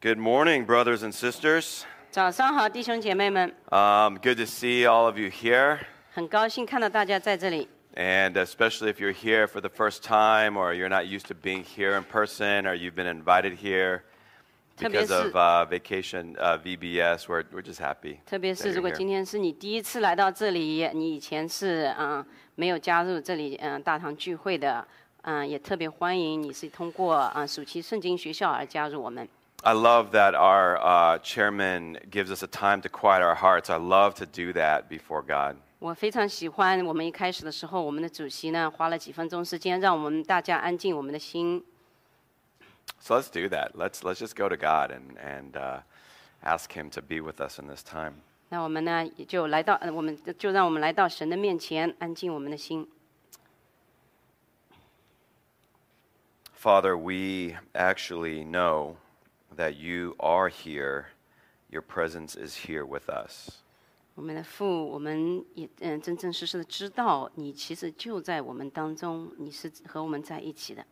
Good morning, brothers and sisters. 早上好，弟兄姐妹们， Um, good to see all of you here, 很高兴看到大家在这里。 and especially if you're here for the first time or you're not used to being here in person or you've been invited here because 特别是- of uh, vacation uh, VBS. We're, we're just happy. 特别 that 是 you're 如果 here. 今天是你第一次来到这里，你以前是嗯、呃没有加入这里嗯、呃大堂聚会的，嗯、也特别欢迎你是通过啊、呃暑期圣经学校而加入我们。 I love that our uh, chairman gives us a time to quiet our hearts. I love to do that before God. 我非常喜欢我们一开始的时候，我们的主席呢花了几分钟时间，让我们大家安静我们的心。 So let's do that. Let's, let's just go to God and, and uh, ask Him to be with us in this time. 那我们呢也就来到，呃我们就让我们来到神的面前，安静我们的心。 Father, we actually know that you are here. Your presence is here with us. 我们的父，我们也嗯真真实实的知道，你其实就在我们当中，你是和我们在一起的。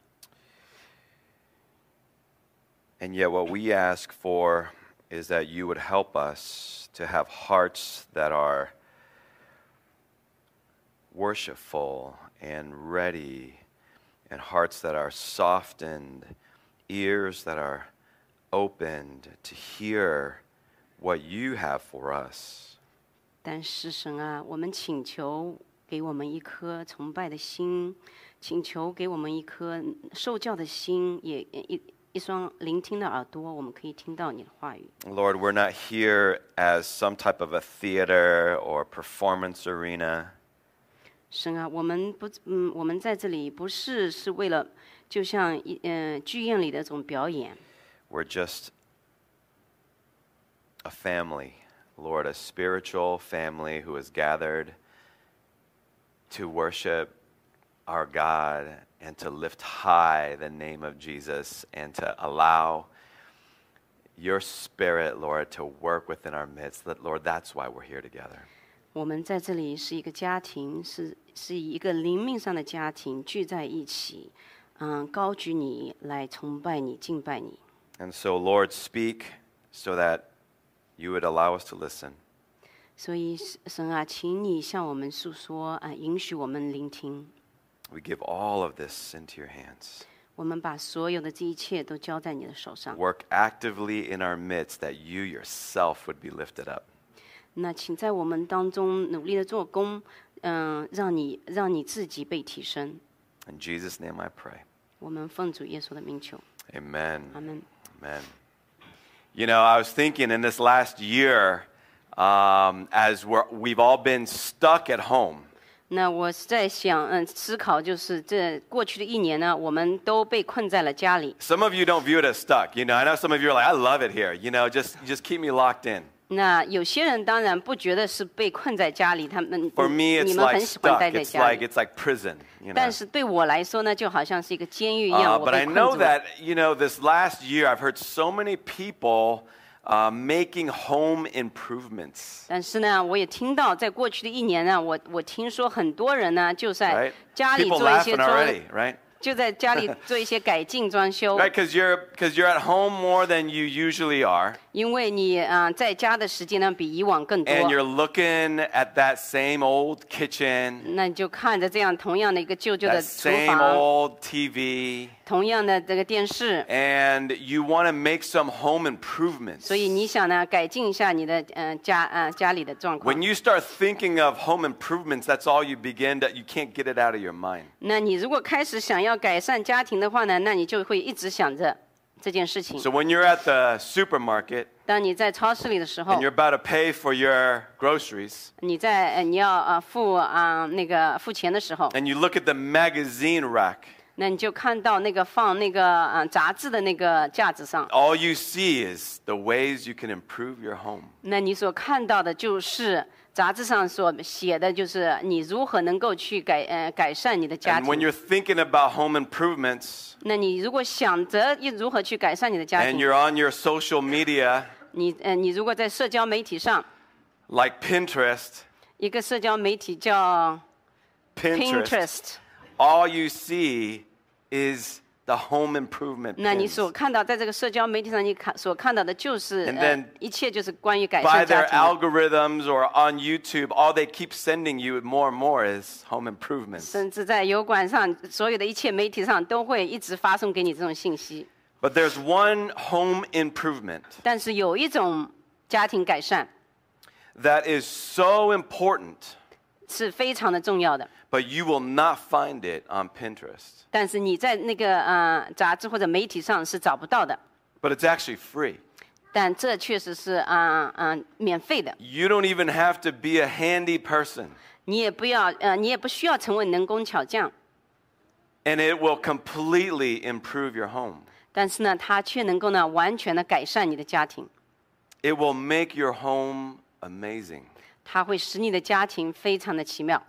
And yet, what we ask for is that you would help us to have hearts that are worshipful and ready, and hearts that are softened, ears that are opened to hear what you have for us. 但是神啊，我们请求给我们一颗崇拜的心，请求给我们一颗受教的心，也也一一双聆听的耳朵，我们可以听到你的话语。 Lord, we're not here as some type of a theater or performance arena. 神啊，我们不嗯，我们在这里不是是为了，就像一嗯、剧院里的这种表演， We're just a family, Lord, a spiritual family who is gathered to worship our God and to lift high the name of Jesus and to allow your spirit, Lord, to work within our midst. That- Lord, that's why we're here together. 我们在这里是一个家庭，是是一个灵命上的家庭，聚在一起，嗯，高举你来崇拜你、敬拜你。 And so, Lord, speak so that you would allow us to listen. 所以，神啊，请你向我们诉说啊、允许我们聆听。 We give all of this into your hands. 我们把所有的这一切都交在你的手上。 Work actively in our midst that you yourself would be lifted up. 那请在我们当中努力的做工，嗯、让你让你自己被提升。 In Jesus' name I pray. 我们奉主耶稣的名求， Amen. 阿门。 Amen. You know, I was thinking in this last year, um, as we're, we've all been stuck at home, 那我是在想，嗯，思考就是这过去的一年呢，我们都被困在了家里。 some of you don't view it as stuck. You know, I know some of you are like, I love it here. You know, just, just keep me locked in. 那有些人当然不觉得是被困在家里，他们嗯 For me, 你 it's 们 like 很喜欢 stuck. 待在 It's 家 like, 里。 it's like prison. You know? 但是对我来说呢，就好像是一个监狱一 Uh, 样，我 but 被 I 困住 know 了。 that, you know, this last year I've heard so many people uh, making home improvements. 但是呢，我也听到，在过去的一年呢，我我听说很多人呢就在 Right? 家里 People 做一些 laughing 装， already, right? 就在 家里做一些改进装修， Right? Because you're, 'cause you're at home more than you usually are, 因为你啊、呃在家的时间呢比以往更多。 and you're looking at that same old kitchen, 那你就看着这样同样的一个旧旧的 that 厨 same 房， old TV, 同样的这个电视， and you want to make some home improvements. 所以你想呢改进一下你的嗯、呃家啊、呃家里的状况 When。you start thinking of home improvements, that's all you begin to, you can't get it out of your mind. 那你如果开始想要改善家庭的话呢，那你就会一直想着这件事情 So。when you're at the supermarket, 当你在超市里的时候 and you're，about to pay for your groceries, 你在呃你要呃付啊、呃那个付钱的时候， and you look at the magazine rack, 那你就看到那个放那个啊、呃杂志的那个架子上， all you see is the ways you can improve your home. 那你所看到的就是杂志上所写的，就是你如何能够去改呃改善你的家 And when 庭。 you're thinking about home improvements, 那你如果想着一如何去改善你的家 and 庭， you're on your social media 你呃你如果在社交媒体上， like Pinterest, 一个社交媒体叫 Pinterest, Pinterest。 all you see is the home improvement 那你 pins. 所看到，在这个社交媒体上，你看所看到的就是 And 呃 then 一切就是关于改 By 善家 their 庭。 algorithms or on YouTube, all they keep sending you more and more is home improvements. 甚至在油管上，所有的一切媒体上都会一直发送给你这种信息。 But there's one home improvement 但是有一种家庭改善 that is so important, 是非常的重要的， but you will not find it on Pinterest. 但是你在那个呃杂志或者媒体上是找不到的。 But it's actually free. 但这确实是啊啊、免费的， You don't even have to be a handy person, 你也不要呃，你也不需要成为能工巧匠， and it will completely improve your home. 但是呢，它却能够呢完全的改善你的家庭， It will make your home amazing. 它会使你的家庭非常的奇妙。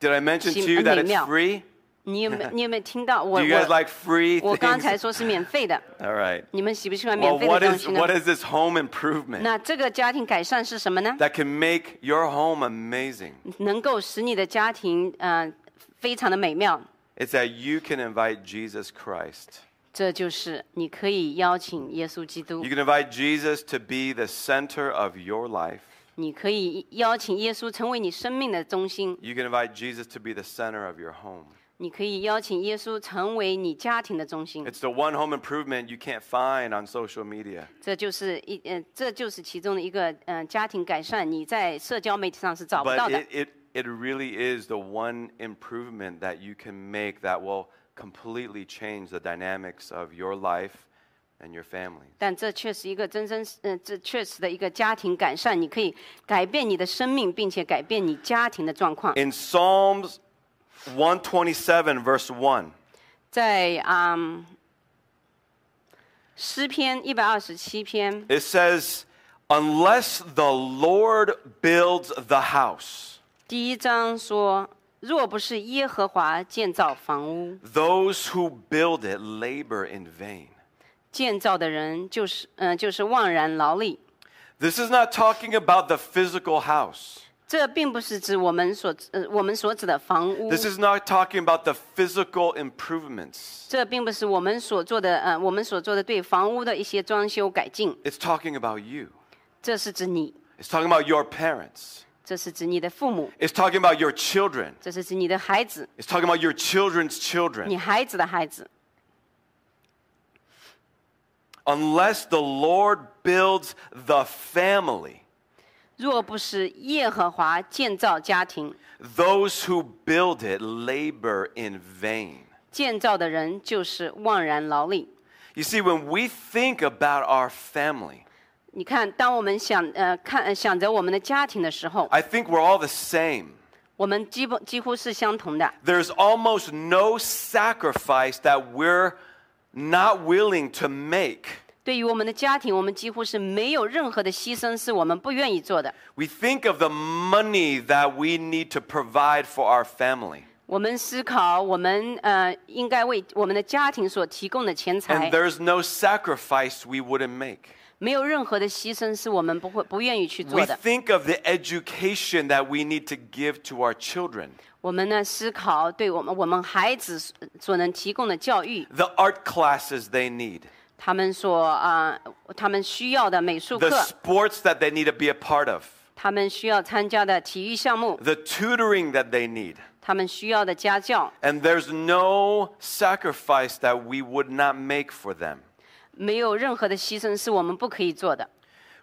Did I mention to Sim- you that it's amazing. free? 你有没 有你有没有听到我 Do you guys 我 like free 我刚才 things? 说是免费的， All right. 你们喜不喜欢 免 Well, 费的 what 东 is 西呢 what？is this home improvement 那这个家庭改善是什么呢？ that can make your home amazing? 能够使你的家庭呃非常的美妙， It's that you can invite Jesus Christ. 这就是你可以邀请耶稣基督 You，can invite Jesus to be the center of your life. 你可以邀请耶稣成为你生命的中心， You can invite Jesus to be the center of your home. 你可以邀请耶稣成为你家庭的中心， It's the one home improvement you can't find on social media. 这就是一呃，这就是其中的一个嗯、呃家庭改善，你在社交媒体上是找不到 But 的 it,，it, it really is the one improvement that you can make that will completely change the dynamics of your life and your family. 但这却是一个真真嗯、呃，这确实的一个家庭改善，你可以改变你的生命，并且改变你家庭的状况。 In Psalms 127, verse 1, 在啊、嗯诗篇一百二十七篇， it says, Unless the Lord builds the house, 第一章说：“若不是耶和华建造房屋， those who build it labor in vain. 建造的人就是嗯、呃就是枉然劳力。 This is not talking about the physical house. ”这并不是指我们所呃我们所指的房屋， This is not talking about the physical improvements. 这并不是我们所做的呃我们所做的对房屋的一些装修改进， It's talking about you. 这是指你， It's talking about your parents. 这是指你的父母， It's talking about your children. 这是指你的孩子， It's talking about your children's 你 children. 孩子的孩子。 Unless the Lord builds the family, 若不是耶和华建造家庭， those who build it labor in vain. 建造的人就是枉然劳力。 You see, when we think about our family, 你看，当我们想呃看呃想着我们的家庭的时候， I think we're all the same. 我们基本几乎是相同的。 There's almost no sacrifice that we're not willing to make. 对于我们的家庭，我们几乎是没有任何的牺牲是我们不愿意做的。 We think of the money that we need to provide for our family. 我们思考，我们呃应该为我们的家庭所提供的钱 And 财， there's no sacrifice we wouldn't make. 没有任何的牺牲是我们不会不愿意去 We 做的。 think of the education that we need to give to our children, 我们呢思考对我们我们孩子所所能提供的教育， the art classes they need, 他们所啊、呃他们需要的美术 the 课， sports that they need to be a part of, 他们需要参加的体育项目， the tutoring that they need. 他们需要的家教， And there's no sacrifice that we would not make for them. 没有任何的牺牲是我们不可以做的。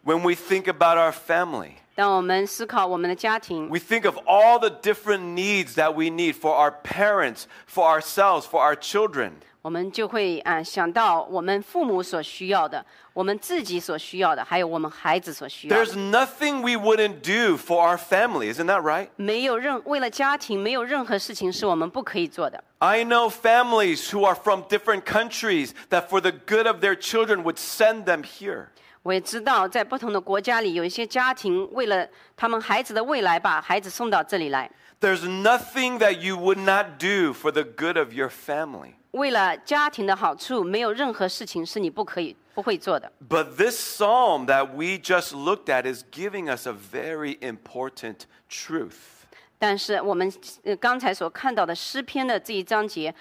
When we think about our family, 当我们思考我们的家庭， we think of all the different needs that we need for our parents, for ourselves, for our children. 我们就会啊、呃想到我们父母所需要的，我们自己所需要的，还有我们孩子所需要 There's 的。 nothing we wouldn't do for our family, isn't that right? 没有任为了家庭，没有任何事情是我们不可以做的。 I know families who are from different countries that, for the good of their children, would send them here. 我也知道，在不同的国家里，有一些家庭为了他们孩子的未来，把孩子送到这里来， There's nothing that you would not do for the good of your family. 为了家庭的好处，没有任何事情是你不可以不会做的。 But this psalm that we just looked at is giving us a very important truth. 但是我们呃刚才所看到的诗篇的这一章节，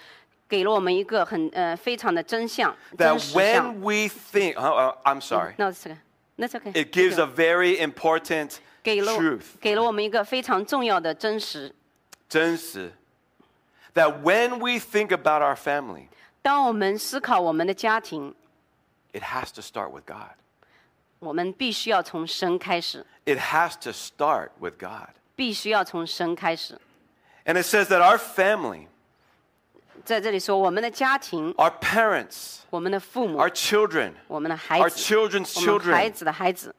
给了我们一个很呃非常的真相，真 that 实相 when。we think, oh, oh, I'm sorry, No, it's okay. That's okay. it gives a Thank you. very important 给了我 truth. 给了我们一个非常重要的真实。真实, that when we think about our family, 当我们思考我们的家庭， it has to start with God. 我们必须要从神开始， It has to start with God. 必须要从神开始。 And it says that our family, 在这里说，我们的家庭、 our parents, 我们的父母、 our children, 我们的孩 our 子、 children's 我们孩 children, 子的孩子，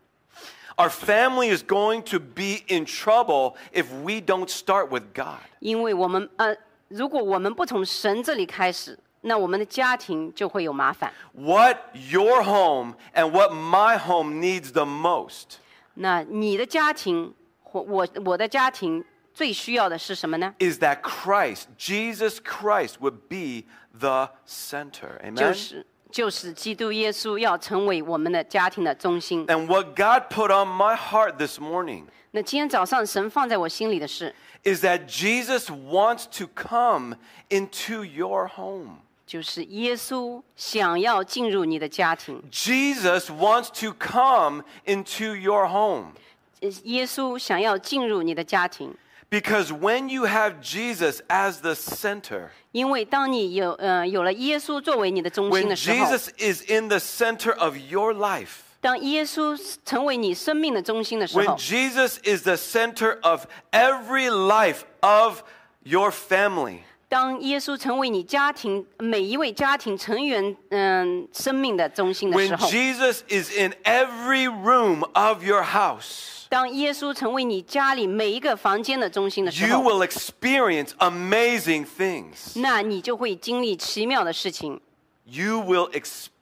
our family is going to be in trouble if we don't start with God. 因为我们呃，如果我们不从神这里开始，那我们的家庭就会有麻烦。 What your home and what my home needs the most 那你的家庭或我我的家庭最需要的是什么呢？ is that Christ, Jesus Christ, would be the center. Amen? 就是就是基督耶稣要成为我们的家庭的中心。 And what God put on my heart this morning 那今天早上神放在我心里的事， is that Jesus wants to come into your home. 就是耶稣想要进入你的家庭， Jesus wants to come into your home. 呃耶稣想要进入你的家庭， Because when you have Jesus as the center, 因为当你有呃有了耶稣作为你的中心 when 的时候， Jesus is in the center of your life, 当耶稣成为你生命的中心的时 when 候， Jesus is the center of every life of your family, 当耶稣成为你家庭每一位家庭成员嗯、生命的中心的时 when 候， Jesus is in every room of your house, 当耶稣成为你家里每一个房间的中心的时 you 候， will experience amazing things. 那你就会经历奇妙的事情， You will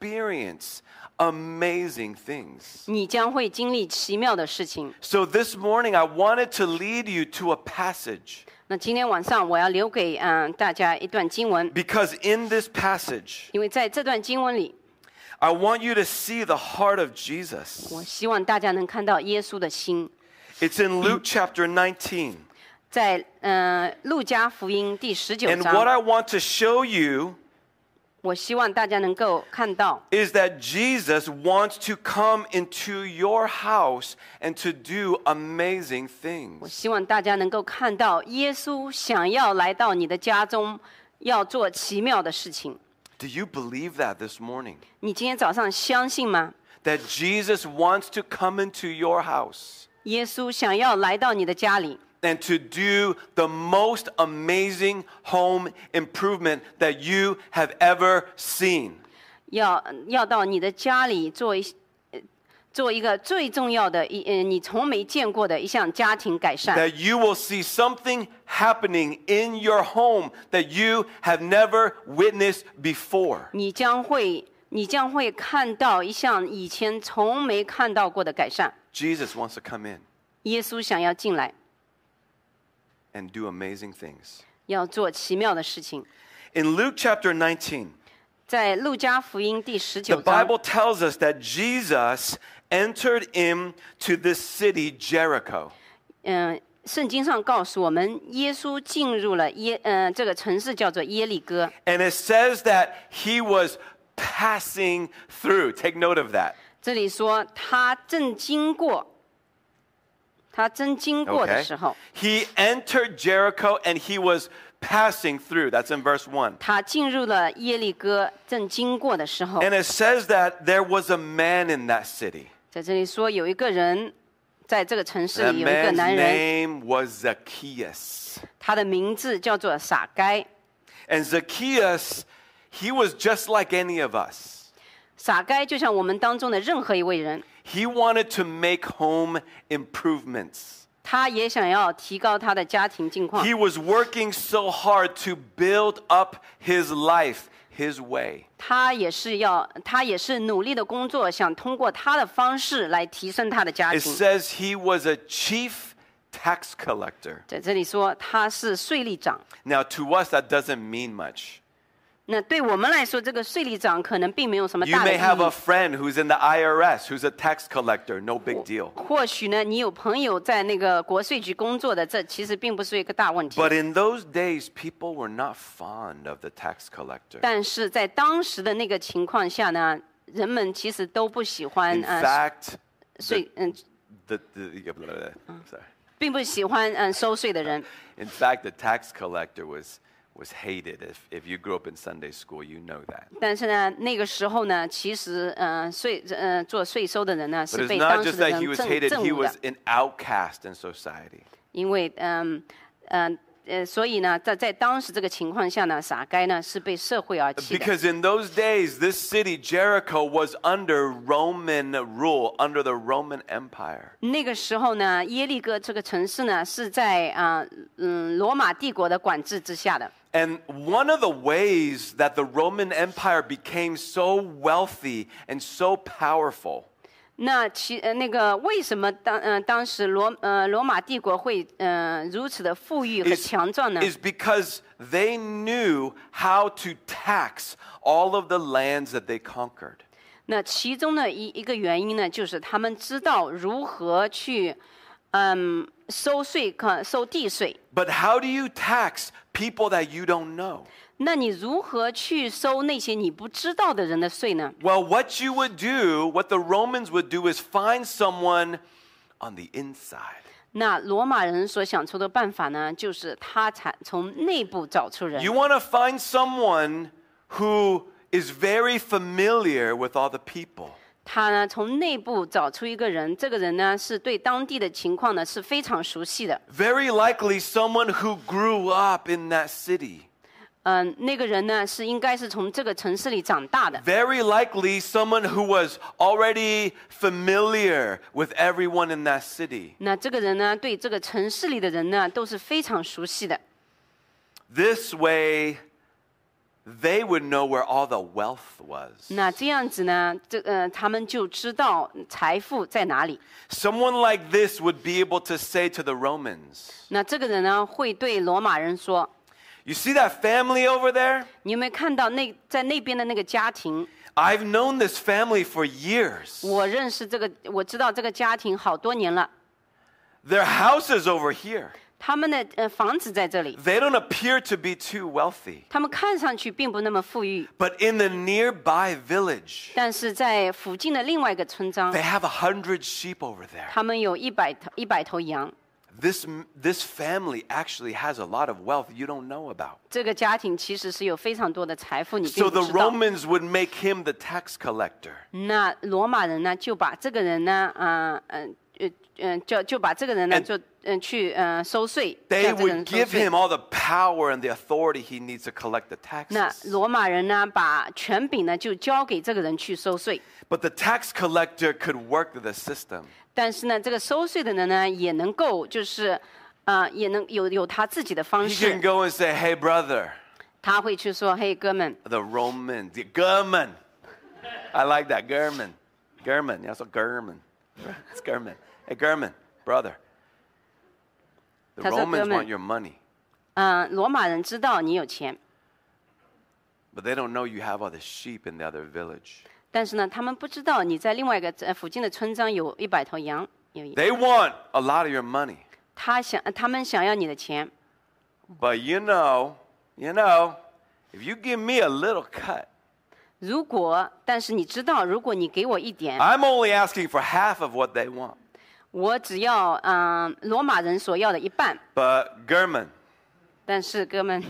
experience amazing things. 你将会经历奇妙的事情。 So this morning, I wanted to lead you to a passage 那今天晚上我要留给嗯、大家一段经文， because in this passage, 因为在这段经文里， I want you to see the heart of 我 Jesus. 希望大家能看到耶稣的心。 It's in Luke chapter 19. 在嗯路加福音第十九 And what 章， I want to show you 我希望大家能够看到， is that Jesus wants to come into your house and to do amazing things. 我希望大家能够看到耶稣想要来到你的家中，要做奇妙的事情。 Do you believe that this morning? 你今天早上相信吗？ That Jesus wants to come into your house 耶稣想要来到你的家里， and to do the most amazing home improvement that you have ever seen. 要要到你的家里做一呃做一个最重要的一呃你从没见过的一项家庭改善。 That you will see something happening in your home that you have never witnessed before. 你将会你将会看到一项以前从没看到过的改善。 Jesus wants to come in 耶稣想要进来， and do amazing things. 要做奇妙的事情。 In Luke chapter 19, 在路加福音第十 the 九章， Bible tells us that Jesus entered into this city, Jericho. 嗯、圣经上告诉我们，耶稣进入了耶，嗯、这个城市叫做耶利哥。 And it says that he was passing through. Take note of that. 这里说他正经过，他正经过的时候 He entered Jericho and he was passing through. That's in verse 1. 他进入了耶利哥，正经过的时候， And it says that there was a man in that city. 在这里说有一个人，在这个城市 That 里有一 man's 个男人， name was Zacchaeus. 他的名字叫做傻该。 And Zacchaeus, he was just like any of us. 傻该就像我们当中的任何一位人， He wanted to make home improvements. 他也想要提高他的家庭境况 He，was working so hard to build up his life his way. 他也是要，他也是努力的工作，想通过他的方式来提升他的家 It 庭。 says he was a chief tax collector. 在这里说他是税吏长， Now, to us, that doesn't mean much. 那对我们来说，这个税吏长可能并没有什么 You 大的 may 意 have a 义。 friend who's in the IRS, who's a tax collector, no big deal. 或许呢，你有朋友在那个国税局工作的，这其实并不是一个大问题。 But in those days, people were not fond of the tax collector. 但是在当时的那个情况下呢，人们其实都不喜欢 In 呃， fact, 税 the, 嗯， the, the- blah, blah, blah, sorry. 并不喜欢嗯、收税的人。 In fact, the tax collector was, was hated. If, if you grew up in Sunday school, you know that. 但是呢，那个时候呢，其实呃税呃做税收的人呢 But 是 it's 被 not 当时 just 的 that he 人 was 憎 hated, he 憎恶 was 的， an outcast in society. 因为嗯呃呃，所以呢，在在当时这个情况下呢，撒该呢是被社会而弃的。 Because in those days, this city, Jericho, was under Roman rule, under the Roman Empire. 那个时候呢，耶利哥这个城市呢是在啊、呃嗯罗马帝国的管制之下的。 And one of the ways that the Roman Empire became so wealthy and so powerful 那其呃那个为什么当呃当时罗呃罗马帝国会呃如此的富裕和 is, 强壮呢？ is because they knew how to tax all of the lands that they conquered. 那其中的一一个原因呢，就是他们知道如何去嗯收税可收地税。 But how do you tax people that you don't know? 那你如何去收那些你不知道的人的税呢？ Well, what you would do, what the Romans would do, is find someone on the inside. 那罗马人所想出的办法呢，就是他才从内部找出人 You。want to find someone who is very familiar with all the people. 他呢从内部找出一个人，这个人呢是对当地的情况呢是非常熟悉的。 Very likely someone who grew up in that city. 嗯、那个人呢是应该是从这个城市里长大的。 Very likely someone who was already familiar with everyone in that city. 那这个人呢对这个城市里的人呢都是非常熟悉的。 This way, they would know where all the wealth was. 那这样子呢，这呃，他们就知道财富在哪里。 Someone like this would be able to say to the Romans, 那这个人呢，会对罗马人说 You see that family over there?：“ 你有没有看到那在那边的那个家庭？ I've known this family for years. 我认识这个，我知道这个家庭好多年了， Their house is over here. 他们的呃房子在这里， They don't appear to be too wealthy. 他们看上去并不那么富裕， But in the nearby village, 但是在附近的另外一个村庄 they，have a hundred sheep over there. 他们有一百头一百头羊。 This, this family actually has a lot of wealth you don't know about. 这个家庭其实是有非常多的财富，你并 So 不 the 知道。” Romans would make him the tax collector. 那罗马人呢，就把这个人呢，啊，嗯，呃，嗯，就就把这个人呢， And- 就嗯去呃收税， They 向这个 would 人收 give 税 him。all the power and the authority he needs to collect the 那 taxes. 罗马人呢，把权柄呢就交给这个人去收税， But the tax collector could work the system. 但是呢，这个收税的人呢，也能够就是，啊，也能有有他自己的方 He can 式， go and say, hey, brother, 他会去说，嘿，哥们， the Roman, the German. I like that, German. German, yeah, so German. It's German. Hey, German, brother. The That's a Romans German. want your money, 嗯，罗马人知道你有钱， but they don't know you have all the sheep in the other village. 但是呢，他们不知道你在另外一个呃附近的村庄有一百头羊，有一 They want a lot of your money, 他想呃他们想要你的钱。 but you know, you know, if you give me a little cut, 如果，但是你知道，如果你给我一点， I'm only asking for half of what they want. 我只要嗯、呃罗马人所要的一半。 But German, 但是哥们，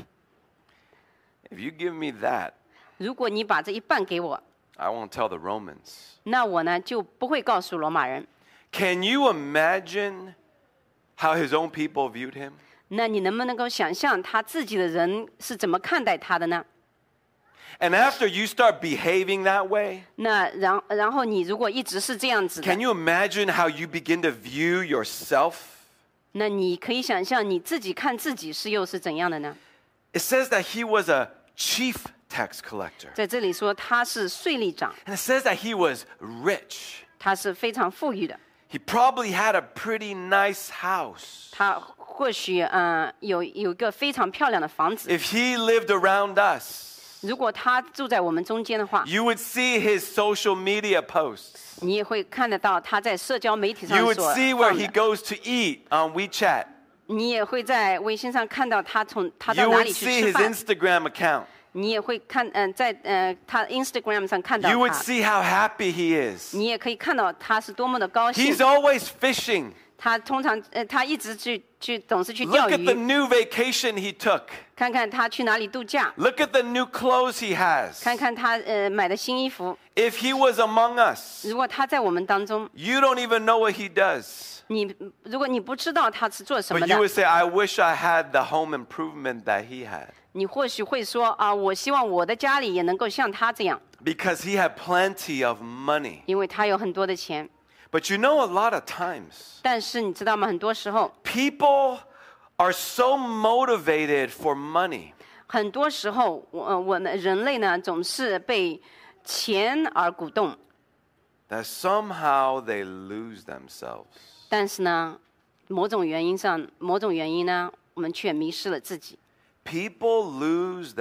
if you give me that, 如果你把这一半给我， I won't tell the Romans. 那我呢就不会告诉罗马人。 Can you imagine how his own people viewed him? 那你能不能够想象他自己的人是怎么看待他的呢？ And after you start behaving that way, 那然然后你如果一直是这样子的 can，you imagine how you begin to view yourself? 那你可以想象你自己看自己是又是怎样的呢？ It says that he was a chief tax collector. 在这里说他是税吏长， And it says that he was rich. 他是非常富裕的， He probably had a pretty nice house. 他或许嗯、呃有有一个非常漂亮的房子。 If he lived around us, 如果他住在我们中间的话， You would see his social media posts. 你也会看得到他在社交媒体上 You 所 would 放 see where he 的， goes to eat on WeChat. 你也会在微信上看到他从他到 You 哪 would 里去 see 吃 his 饭， Instagram account. 你也会看嗯、呃在呃他 Instagram 上看到 You would 他， see how happy he is. 你也可以看到他是多么的高兴 He's。always fishing. 他通常呃他一直去去总是去钓 Look at the 鱼， new vacation he took. 看看他去哪里度假， Look at the new clothes he has. 看看他呃买的新衣服。 If he was among us, 如果他在我们当中， you don't even know what he does. 你如果你不知道他是做什么 But 的 you，would say, I wish I had the home improvement that he had. 你或许会说啊，我希望我的家里也能够像他这样， Because he had plenty of money. 因为他有很多的钱。 But you know, a lot of times, 但是你知道吗？很多时候， people are so motivated for money. 很多时候，我呃我们人类呢总是被钱而鼓动， that somehow they lose themselves. 但是呢，某种原因上，某种原因呢，我们却迷失了自己。 People lose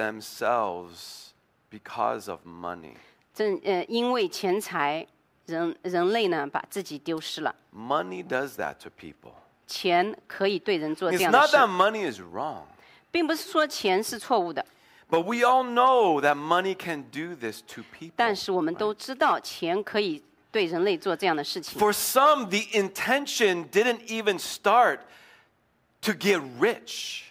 themselves because of money. 正呃，因为钱财，人人类呢把自己丢失了。 Money does that to people. 钱可以对人做这 It's 样的 not 事 that，money is wrong, 并不是说钱是错误的， but we all know that money can do this to 但 people. 是我们都知道钱可以对人类做这样的事情。 For some, the intention didn't even start to get rich.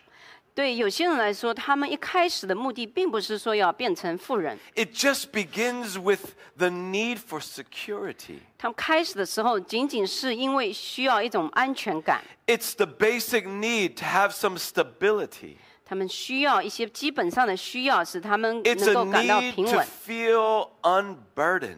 对有些人来说，他们一开始的目的并不是说要变成富人， It just begins with the need for security. 他们开始的时候仅仅是因为需要一种安全感， It's the basic need to have some stability. 他们需要一些基本上的需要，使他们 It's 能 a 够感到 need 平 to 稳。 feel unburdened,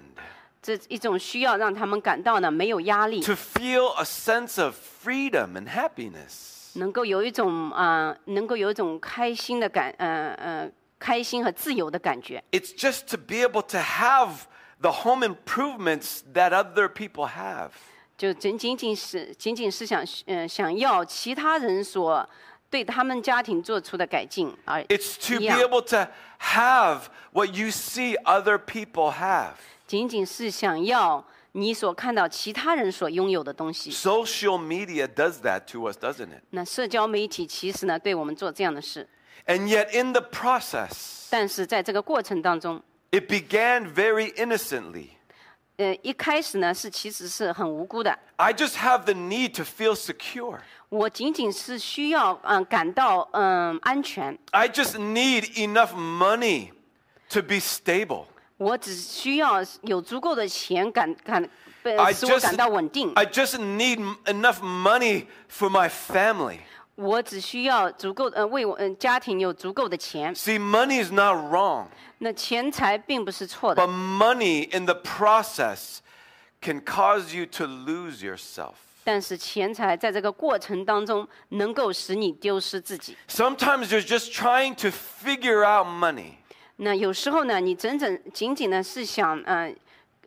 这一种需要让他们感到呢没有压力， to feel a sense of freedom and happiness. 能够有一种啊、呃能够有一种开心的感，呃呃，开心和自由的感觉。 It's just to be able to have the home improvements that other people have. 就仅仅仅是仅仅是想，呃，想要其他人所对他们家庭做出的改进而 It's to 一 be 样， able to have what you see other people have. 仅仅是想要你所看到其他人所拥有的东西。 Social media does that to us, doesn't it? 那社交媒体其实呢，对我们做这样的事， And yet, in the process, 但是在这个过程当中， it began very innocently. 呃，一开始呢是其实是很无辜的。 I just have the need to feel secure. 我仅仅是需要嗯、呃感到嗯、安全， I just need enough money to be stable. 我只需要有足够的钱感感， I 呃，使我 just, 感到稳定。 I just need m- enough money for my family. 我只需要足够呃为我嗯、家庭有足够的钱。 See, money is not wrong, 那钱财并不是错 but 的， money in the process can cause you to lose yourself. 但是钱财在这个过程当中能够使你丢失自己。 Sometimes you're just trying to figure out money. 那有时候呢，你整整仅仅呢是想嗯、呃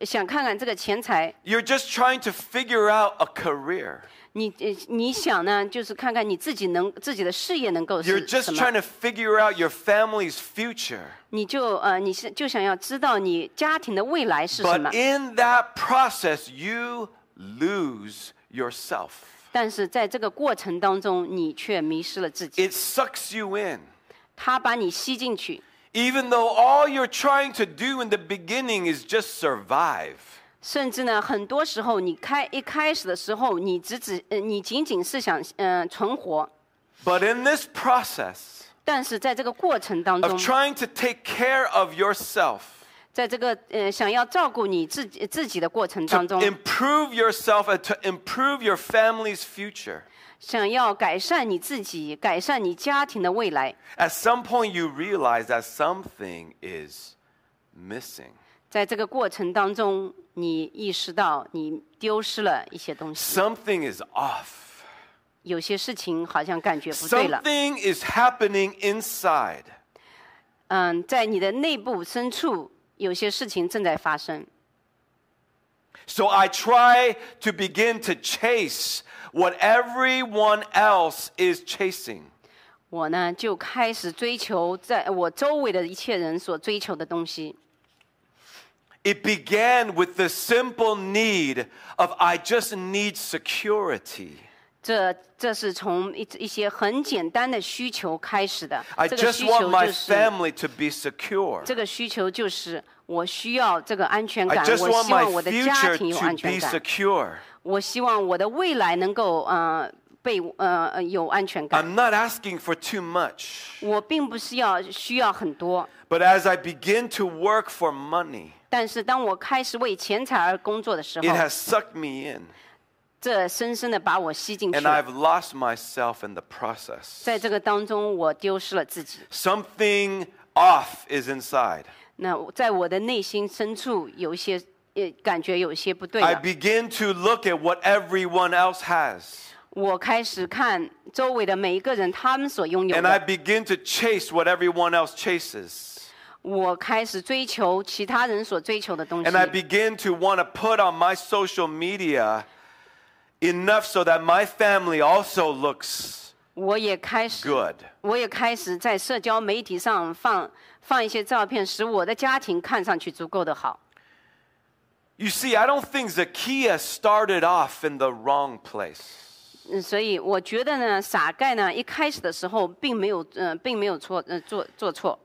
想看看这个钱财， You're just trying to figure out a career. 你呃你想呢就是看看你自己能自己的事业能够 You're 是 just 什 trying 么， to figure out your family's future. 你就呃你是就想要知道你家庭的未来是什么 But。in that process, you lose yourself. 但是在这个过程当中，你却迷失了自己， It sucks you in. 他把你吸进去。 Even though all you're trying to do in the beginning is just survive, 甚至呢，很多时候你开一开始的时候，你只只呃，你仅仅是想嗯、呃存活， but in this process 但是在这个过程当 of 中， trying to take care of yourself, 在这个呃想要照顾你自己呃自己的过程当 to 中， improve yourself and to improve your family's future, 想要改善你自己，改善你家庭的未来， at some point you realize that something is missing. 在这个过程当中，你意识到你丢失了一些东西， Something is off. 有些事情好像感觉不对了。 Something is happening inside. 嗯，在你的内部深处，有些事情正在发生。 So I try to begin to chase what everyone else is chasing. 我呢就开始追求在我周围的一切人所追求的东西。 It began with the simple need of, I just need security. 这这是从一一些很简单的需求开始的 I。这个 just 需 want 求 my 就是， family to be secure. 这个需求就是我需要这个安全 I 感， just 我 want 希望 my 我的家 future 庭有安 to 全 be 感， secure. 我希望我的未来能够呃被呃呃有安全感。 I'm not asking for too much. 我并不是要需要很多， But as I begin to work for money, 但是当我开始为钱财而工作的时候 it，has sucked me in, 这深深的把我吸进去 and 了。 I've lost myself in the process. 在这个当中，我丢失了自己。 Something off is inside. 那我在我的内心深处有一些呃感觉有一些不对 I 了。 begin to look at what everyone else has, 我开始看周围的每一个人他们所拥有 and I 的， begin to chase what everyone else chases. 我开始追求其他人所追求的东 And I 西。 begin to want to put on my social media enough so that my family also looks 我也开始 good. 我也开始在社交媒体上放放一些照片，使我的家庭看上去足够的好。 You see, I don't think Zacchaeus started off in the wrong place. 嗯，所以我觉得呢，傻盖呢一开始的时候并没有，嗯、并没有错，呃，做做错。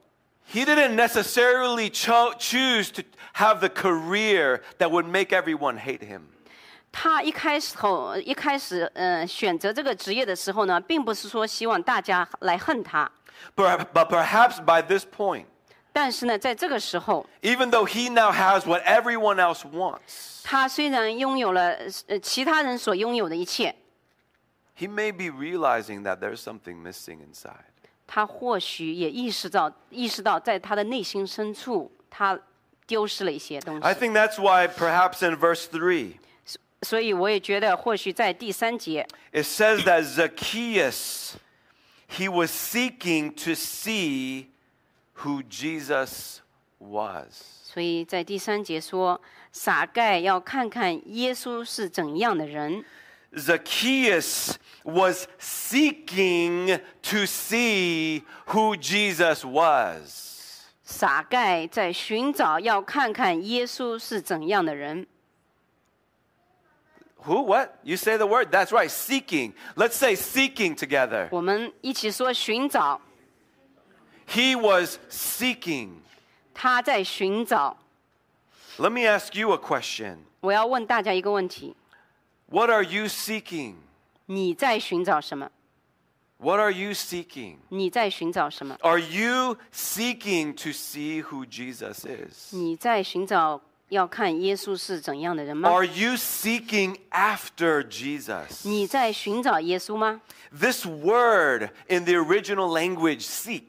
He didn't necessarily cho- choose to have the career that would make everyone hate him. 他一开始后，一开始，嗯、选择这个职业的时候呢，并不是说希望大家来恨他， But, but perhaps by this point, 但是呢，在这个时候， even though he now has what everyone else wants, 他虽然拥有了呃其他人所拥有的一切， he may be realizing that there's something missing inside. 他或许也意识到，意识到在他的内心深处，他丢失了一些东 I 西。 think that's why perhaps in verse 3, 所以我也觉得，或许在第三节， it says that Zacchaeus, he was seeking to see who Jesus was. 所以在第三节说，撒盖要看看耶稣是怎样的人。 Zacchaeus was seeking to see who Jesus was. 撒盖在寻找，要看看耶稣是怎样的人。 Who? What? You say the word? That's right, seeking. Let's say seeking together. 我们一起说寻找， He was seeking. 他在寻找。 Let me ask you a question. 我要问大家一个问题： What are you seeking? 你在寻找什么？ What are you seeking? 你在寻找什么？ Are you seeking to see who Jesus is? 你在寻找要看耶稣是怎样的人吗？ Are you seeking after Jesus? 你在寻找耶稣吗？ This word in the original language, seek,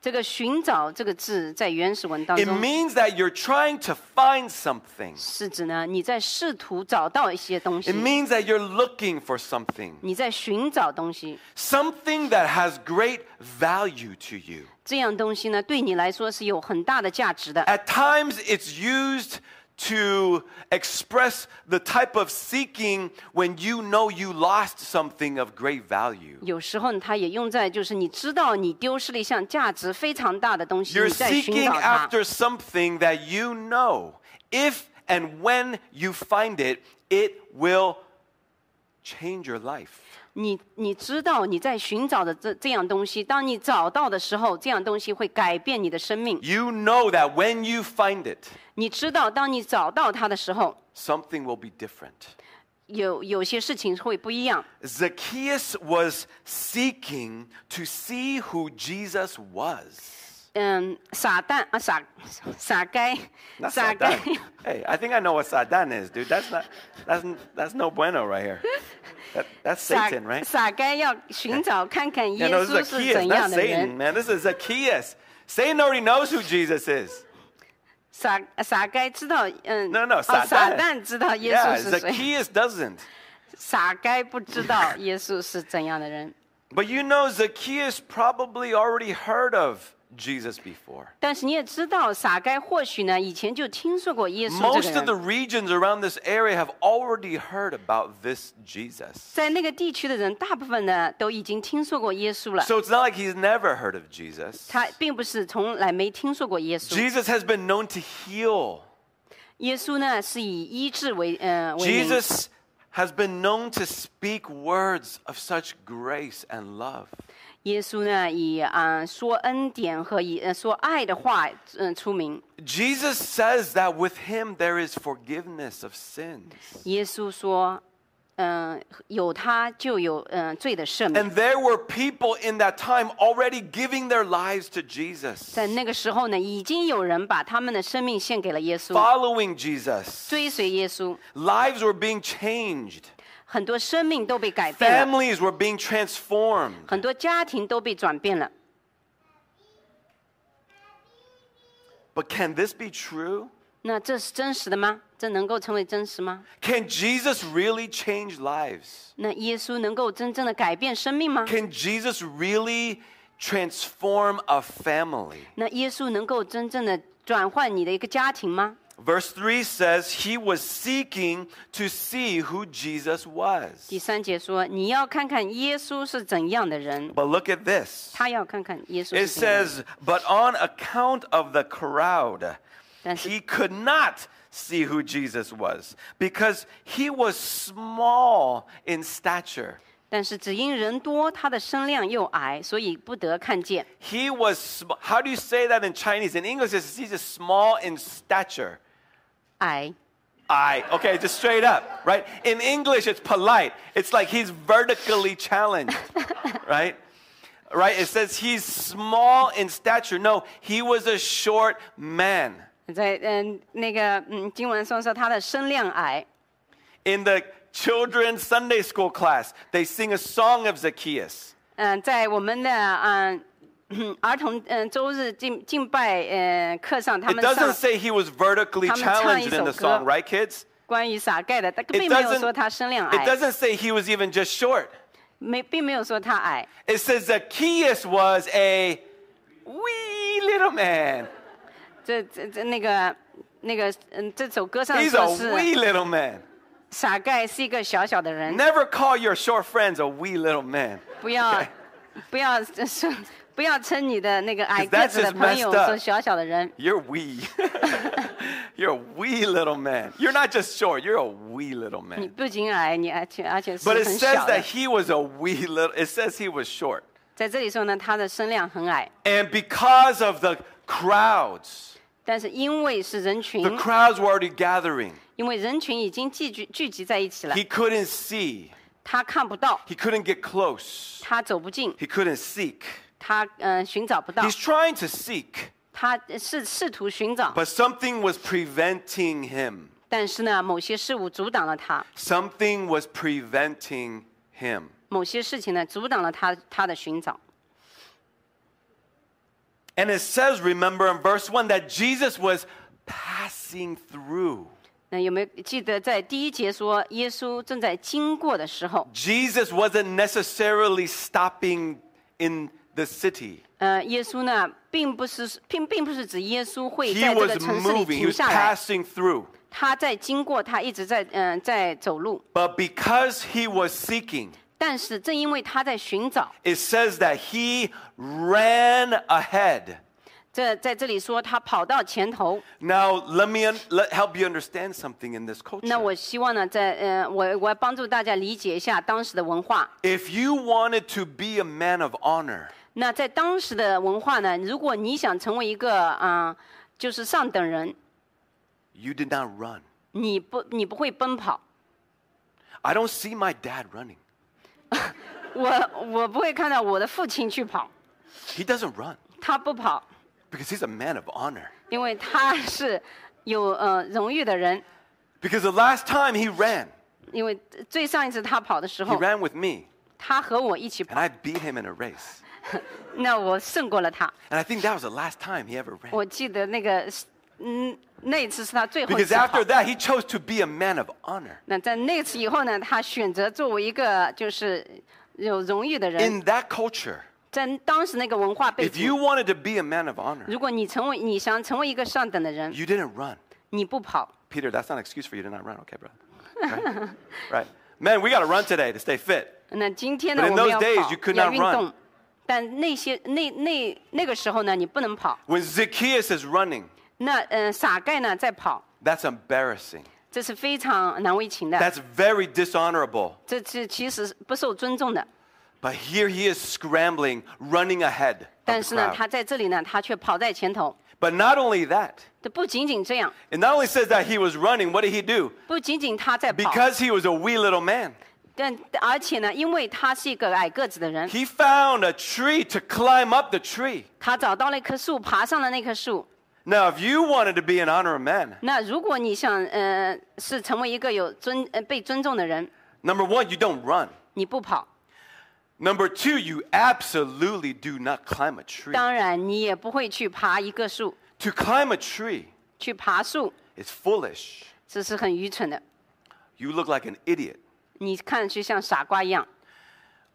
这个“寻找”这个字在原始文当 it 中 means that you're trying to find something. 是指呢，你在试图找到一些东 It 西， means that you're looking for something, 你在寻找东西。 something that has great value to you. 这样东西呢，对你来说是有很大的价值的。 At times, it's used to express the type of seeking when you know you lost something of great value. 有时候呢它也用在就是你知道你丢失了一项价值非常大的东西， You're 你在寻 seeking 找它。 after something that you know. If and when you find it, it will change your life. 你你知道你在寻找的这这样东西，当你找到的时候，这样东西会改变你的生命。 You know that when you find it, 你知道，当你找到它的时候， something will be different. 有有些事情会不一样。 Zacchaeus was seeking to see who Jesus was. 嗯，撒旦啊，撒 撒该， Not 撒该， Satan. Hey, I think I know what Satan is, dude. That's not that's that's no bueno right here. That, that's 撒 Satan, right? 撒该要寻找看看 Yeah, 耶 no, 稣 this is 是怎 Zacchaeus, 样 not 的人 Satan,。man. This is Zacchaeus. Satan already knows who Jesus is. 撒撒该知道，嗯 No, no, 哦撒旦撒旦知道耶 Yeah, 稣是谁， Zacchaeus doesn't. 撒该不知道耶稣是怎样的人。 But you know, Zacchaeus probably already heard of Jesus before. 但是你也知道，撒该或许呢以前就听说过耶稣这 Most 个 of the 人， regions around this area have already heard about this Jesus. 在那个地区的人大部分呢都已经听说过耶稣了。 So it's not like he's never heard of Jesus. 他并不是从来没听说过耶稣， Jesus has been known to heal. 耶稣呢是以医治为呃为名， Jesus has been known to speak words of such grace and love. 耶稣呢以啊、呃说恩典和以、呃、说爱的话嗯、呃出名。 Jesus says that with him there is forgiveness of sins. 耶稣说，嗯、有他就有嗯、呃罪的赦免。 And there were people in that time already giving their lives to Jesus, 在那个时候呢，已经有人把他们的生命献给了耶稣， following Jesus. 追随耶稣， Lives were being changed, 很多生命都被改变了， families were being transformed. 很多家庭都被转变了。 But can this be true? 那这是真实的吗？这能够成为真实吗？ Can Jesus really change lives? 那耶稣能够真正的改变生命吗？ Can Jesus really transform a family? 那耶稣能够真正的转换你的一个家庭吗？ Verse 3 says he was seeking to see who Jesus 第 was. 三节说，你要看看耶稣是怎样的人， But look at this. 他要看看耶稣 It 是怎样的人。 says, but on account of the crowd, That's- he could not see who Jesus was because he was small in stature. 但是只因人多，他的身量又矮，所以不得看见。 He was, sm- how do you say that in Chinese? In English, it's he's just small in stature. 矮， I, okay, just straight up, right? In English, it's polite. It's like he's vertically challenged, right? Right? It says he's small in stature. No, he was a short man. 在嗯那个嗯经文上说他的身量矮。 In the children's Sunday school class, they sing a song of Zacchaeus. 嗯，在我们的嗯 儿童嗯周日敬敬拜嗯课上，他 It 们上 doesn't say he was vertically 他们唱一 challenged in the 首歌。 song, right, kids? 关于撒盖的，但 It 并没有 doesn't, 说他身量 it 矮， doesn't say he was even just short. 没并没有说他矮。 It says Zacchaeus was a wee little man. 这这这那个那个嗯这首歌上 He's 说 a 是 wee little man. 撒盖是一个小小的人， Never call your short friends a wee little man. 不要 Okay. 不要说不要称你的那个矮 Because 个 that's 子的 just 朋友 messed up. 说小小的人。 You're wee. you're a wee little man. You're not just short, you're a wee little 你 man. 不仅矮，你而且而且是 But it 很 says that 小的。 he was a wee little it says he was short. 在这里说呢，他的身量很矮， And because of the crowds, 但是因为是人 the 群， crowds were already gathering. 因为人群已经聚集聚集在一起了 He，couldn't see. 他看不到， He couldn't get close. 他走不近， He couldn't seek. 他嗯、呃寻找不到 He's，trying to seek, 他是试图寻找， but something was preventing him. 但是呢，某些事物阻挡了他， Something was preventing him. 某些事情呢阻挡了他他的寻找。 And it says, remember in verse 1, that Jesus was passing through. 那有没有记得在第一节说耶稣正在经过的时候， Jesus wasn't necessarily stopping in the city, 呃，耶稣呢并不是并并不是指耶稣会 he 在这个 was 城市里 moving, he 停 was 下来， passing through. 他在经过，他一直在嗯、呃在走路。 But because he was seeking, 但是正因为他在寻找， it says that he ran ahead. 这在这里说他跑到前头。 Now, let me un- let, help you understand something in this 那 culture. 我希望呢，在呃，我我要帮助大家理解一下当时的文化。 If you wanted to be a man of honor, 那在当时的文化呢，如果你想成为一个啊、呃就是上等人， you did not run. 你不你不会奔跑。 I don't see my dad running. 我我不会看到我的父亲去跑， He doesn't run 他不跑， because he's a man of honor. 因为他是有呃荣誉的人。 Because the last time he ran, 因为最上一次他跑的时 he 候， ran with me, 他和我一起跑， and I beat him in a race. 那我胜过了他。 And I think that was the last time he ever 我 ran. 记得那个是，嗯，那一次是他最后一 Because 次跑 after。that, he chose to be a man of honor. 那在那次以后呢，他选择作为一个就是有荣誉的人。 In that culture, 在当时那个文化背 If you 景， wanted to be a man of honor, 如果你成为你想成为一个上等的人， you didn't run. 你不跑， Peter, that's not an excuse for you to not run, okay, brother? Right? right? Man, we got to run today to stay fit. 那今天呢 But in 我们 those 要 days, 跑 you could 要 not 运 run. 动，但那些那那那个时候呢，你不能跑。 When Zacchaeus is running, 那呃，撒盖呢在跑， that's embarrassing. 这是非常难为情的， That's very dishonorable. 这是其实是不受尊重的。 But here he is scrambling, running ahead. 但 Of 是 the 呢，他 crowd. 在这里呢，他却跑在前头。 But not only that, 这不仅仅这样， it not only says that he was running, what did he do? 不仅仅他在跑， Because he was a wee little man, 但而且呢，因为他是一个矮个子的人， he found a tree to climb up the tree. 他找到了一棵树，爬上了那棵树。 Now, if you wanted to be an honor of man, 那如果你想，呃，是成为一个有尊呃被尊重的人， number one, you don't run. 你不跑， Number two, you absolutely do not climb a tree. 当然你也不会去爬一个树， To climb a tree 去爬树， is foolish. 这是很愚蠢的。 You look like an idiot. 你看上去像傻瓜一样。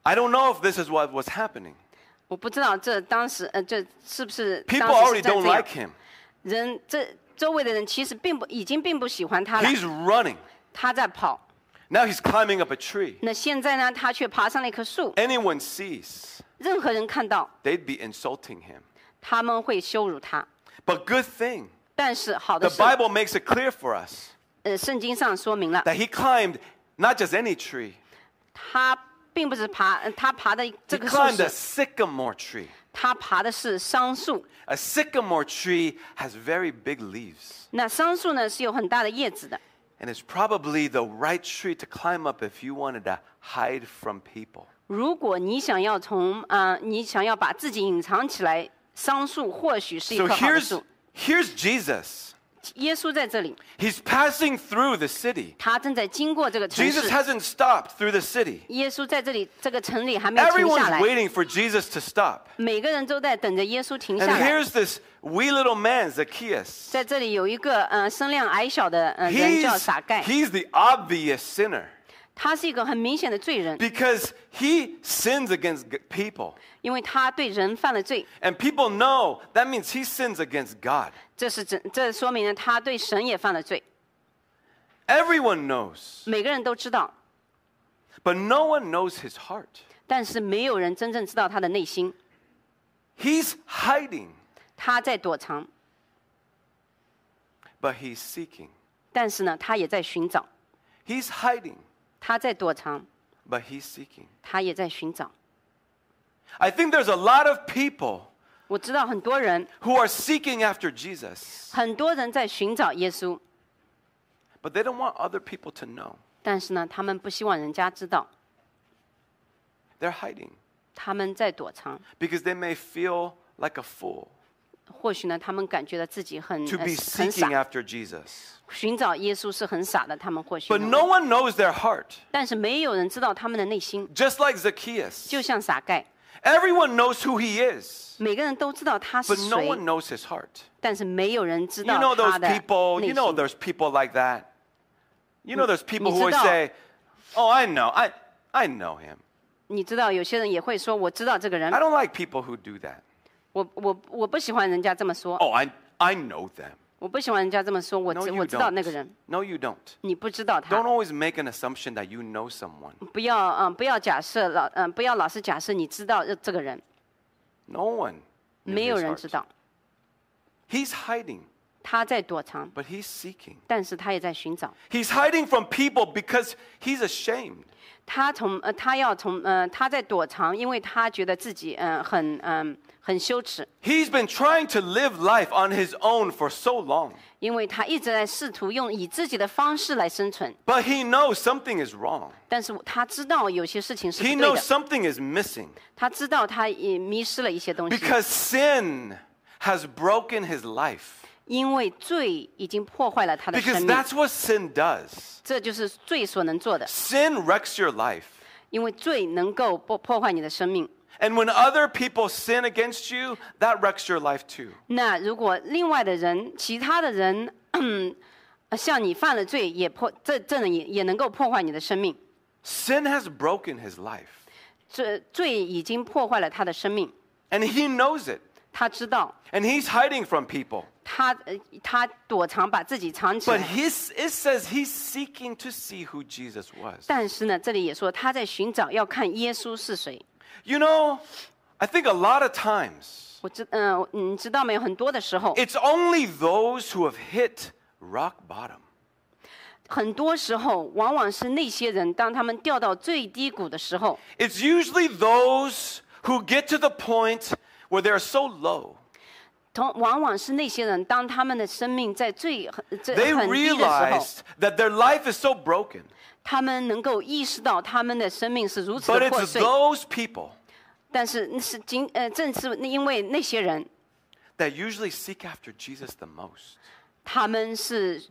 I don't know if this is what was happening. 我不知道这当时，呃，这是不是 People 当时 already 是在 don't 这样 like him. 人这周围的人其实并不已经并不喜欢他了， He's running. 他在跑。 Now he's climbing up a tree. 那现在呢，他却爬上了一棵树， Anyone sees, 任何人看到 they'd be insulting him. 他们会羞辱他。 But good thing, 但是好的 the 是， Bible makes it clear for us 呃，圣经上说明了， that he climbed not just any tree, 他并不是爬，呃他爬的 he 这个树 climbed a 是， sycamore tree. 他爬的是桑树。 A sycamore tree has very big leaves, 那桑树呢是有很大的叶子的， and it's probably the right tree to climb up if you wanted to hide from people. 如果你想要从啊、呃你想要把自己隐藏起来，桑树或许是一 So 棵好的 here's, 树。 here's Jesus. 耶稣在这里， He's passing through the city. 他正在经过这个城 Jesus 市。 hasn't stopped through the city. 耶稣在这里，这个城里还没有停下 Everyone's 来， waiting for Jesus to stop. 每个人都在等着耶稣停下 And 来。 here's this wee little man, Zacchaeus. 在这里有一个呃身量矮小的呃人叫 He's, 撒盖， he's the obvious sinner 他是一个很明显的罪人， because he sins against g- people. 因为他对人犯了罪， And people know that means he sins against God. 这是真，这说明了他对神也犯了罪。 Everyone knows, 每个人都知道， but no one knows his heart. 但是没有人真正知道他的内心， He's hiding, 他在躲藏， but he's seeking. 但是呢，他也在寻找， He's hiding, 他在躲藏， but he's seeking. 他也在寻找。 I think there's a lot of people 我知道很多人， who are seeking after Jesus, 很多人在寻找耶稣， but they don't want other people to know. 但是呢，他们不希望人家知道， They're hiding 他们在躲藏。 because they may feel like a fool 或许呢，他们感觉到自己很 to 呃 be 很 seeking 傻， after Jesus. 寻找耶稣是很傻的。他们或许 But 认 no 为， one knows their heart, 但是没有人知道他们的内心， just like Zacchaeus. 就像傻盖， Everyone knows who he is, 每个人都知道他是 but no 谁， one knows his heart. 但是没有人知 You know 道 those 他的内 people, 心。 you know there's people like that. You know there's people who always 你知道- say, "Oh, I know. I I know him." 你知道，有些人也会说，我知道这个人 I，don't like people who do that. 我我我不喜欢人家这么说， Oh, I I know them. 我不喜欢人家这么说，我 No, 知 you 我知道那个 don't. 人， No, you don't. 你不知道他 Don't，always make an assumption that you know someone. 不要嗯、不要假设老嗯、不要老是假设你知道这个人， No one. knew 没有 his 人 heart. 知道 He's hiding, 他在躲藏， but he's seeking. 但是他也在寻找。 He's hiding from people because he's ashamed. 他从呃，他要从呃，他在躲藏，因为他觉得自己嗯、呃很嗯、很羞耻， He's been trying to live life on his own for so long, 因为他一直在试图用以自己的方式来生存， but he knows something is wrong. 但是他知道有些事情是不 He 对的 knows，something is missing 他知道他也迷失了一些东西， because sin has broken his life. 因为罪已经破坏了他的 Because 生命， that's what sin does. 这就是罪所能做的， Sin wrecks your life. 因为罪能够破破坏你的生命。 And when other people sin against you, that wrecks your life too. 那如果另外的人，其他的人， 呃像你犯了罪，也破这这人也也能够破坏你的生命。 Sin has broken his life. 罪罪已经破坏了他的生命， And he knows it. 他知道， And he's hiding from people. 他呃他躲藏，把自己藏起 But 来。 his, it says he's seeking to see who Jesus was. 但是呢，这里也说他在寻找，要看耶稣是谁。 You know, I think a lot of times 我知，嗯、你知道没有？很多的时候， it's only those who have hit rock bottom 很多时候往往是那些人，当他们掉到最低谷的时候， It's usually those who get to the point where they're so low, 同往往是那些人，当他们的生命在最很这 they 很低的时候， realize that their life is so broken. 他们能够意识到他们的生命是如此 But 的破 it's 碎。 those people 但是那是仅呃，正是因为那些人， that usually seek after Jesus the most. 他们是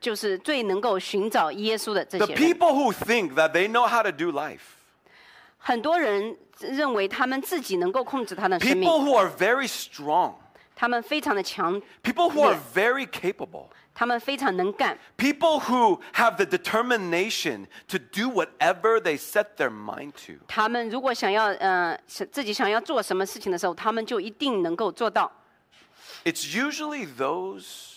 就是最能够寻找耶稣的这 The 些人。 people who think that they know how to do life, 很多人认为他们自己能够控制他的生命， people who are very strong, 他们非常的强， people who are Yeah. very capable, 他们非常能干， people who have the determination to do whatever they set their mind to. 他们如果想要呃想自己想要做什么事情的时候，他们就一定能够做到。 It's usually those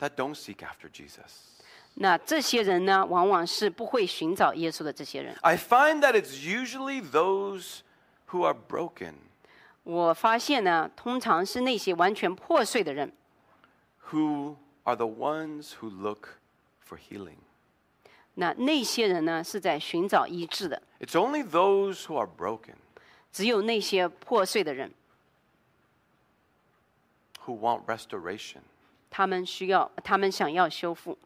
that don't seek after Jesus. 那这些人呢，往往是不会寻找耶稣的这些人。 I find that it's usually those who are broken 我发现呢，通常是那些完全破碎的人， who are the ones who look for healing. 那那些人呢是在寻找医治的。 It's only those who are broken 只有那些破碎的人， who want restoration. 他们需要，他们想要修复。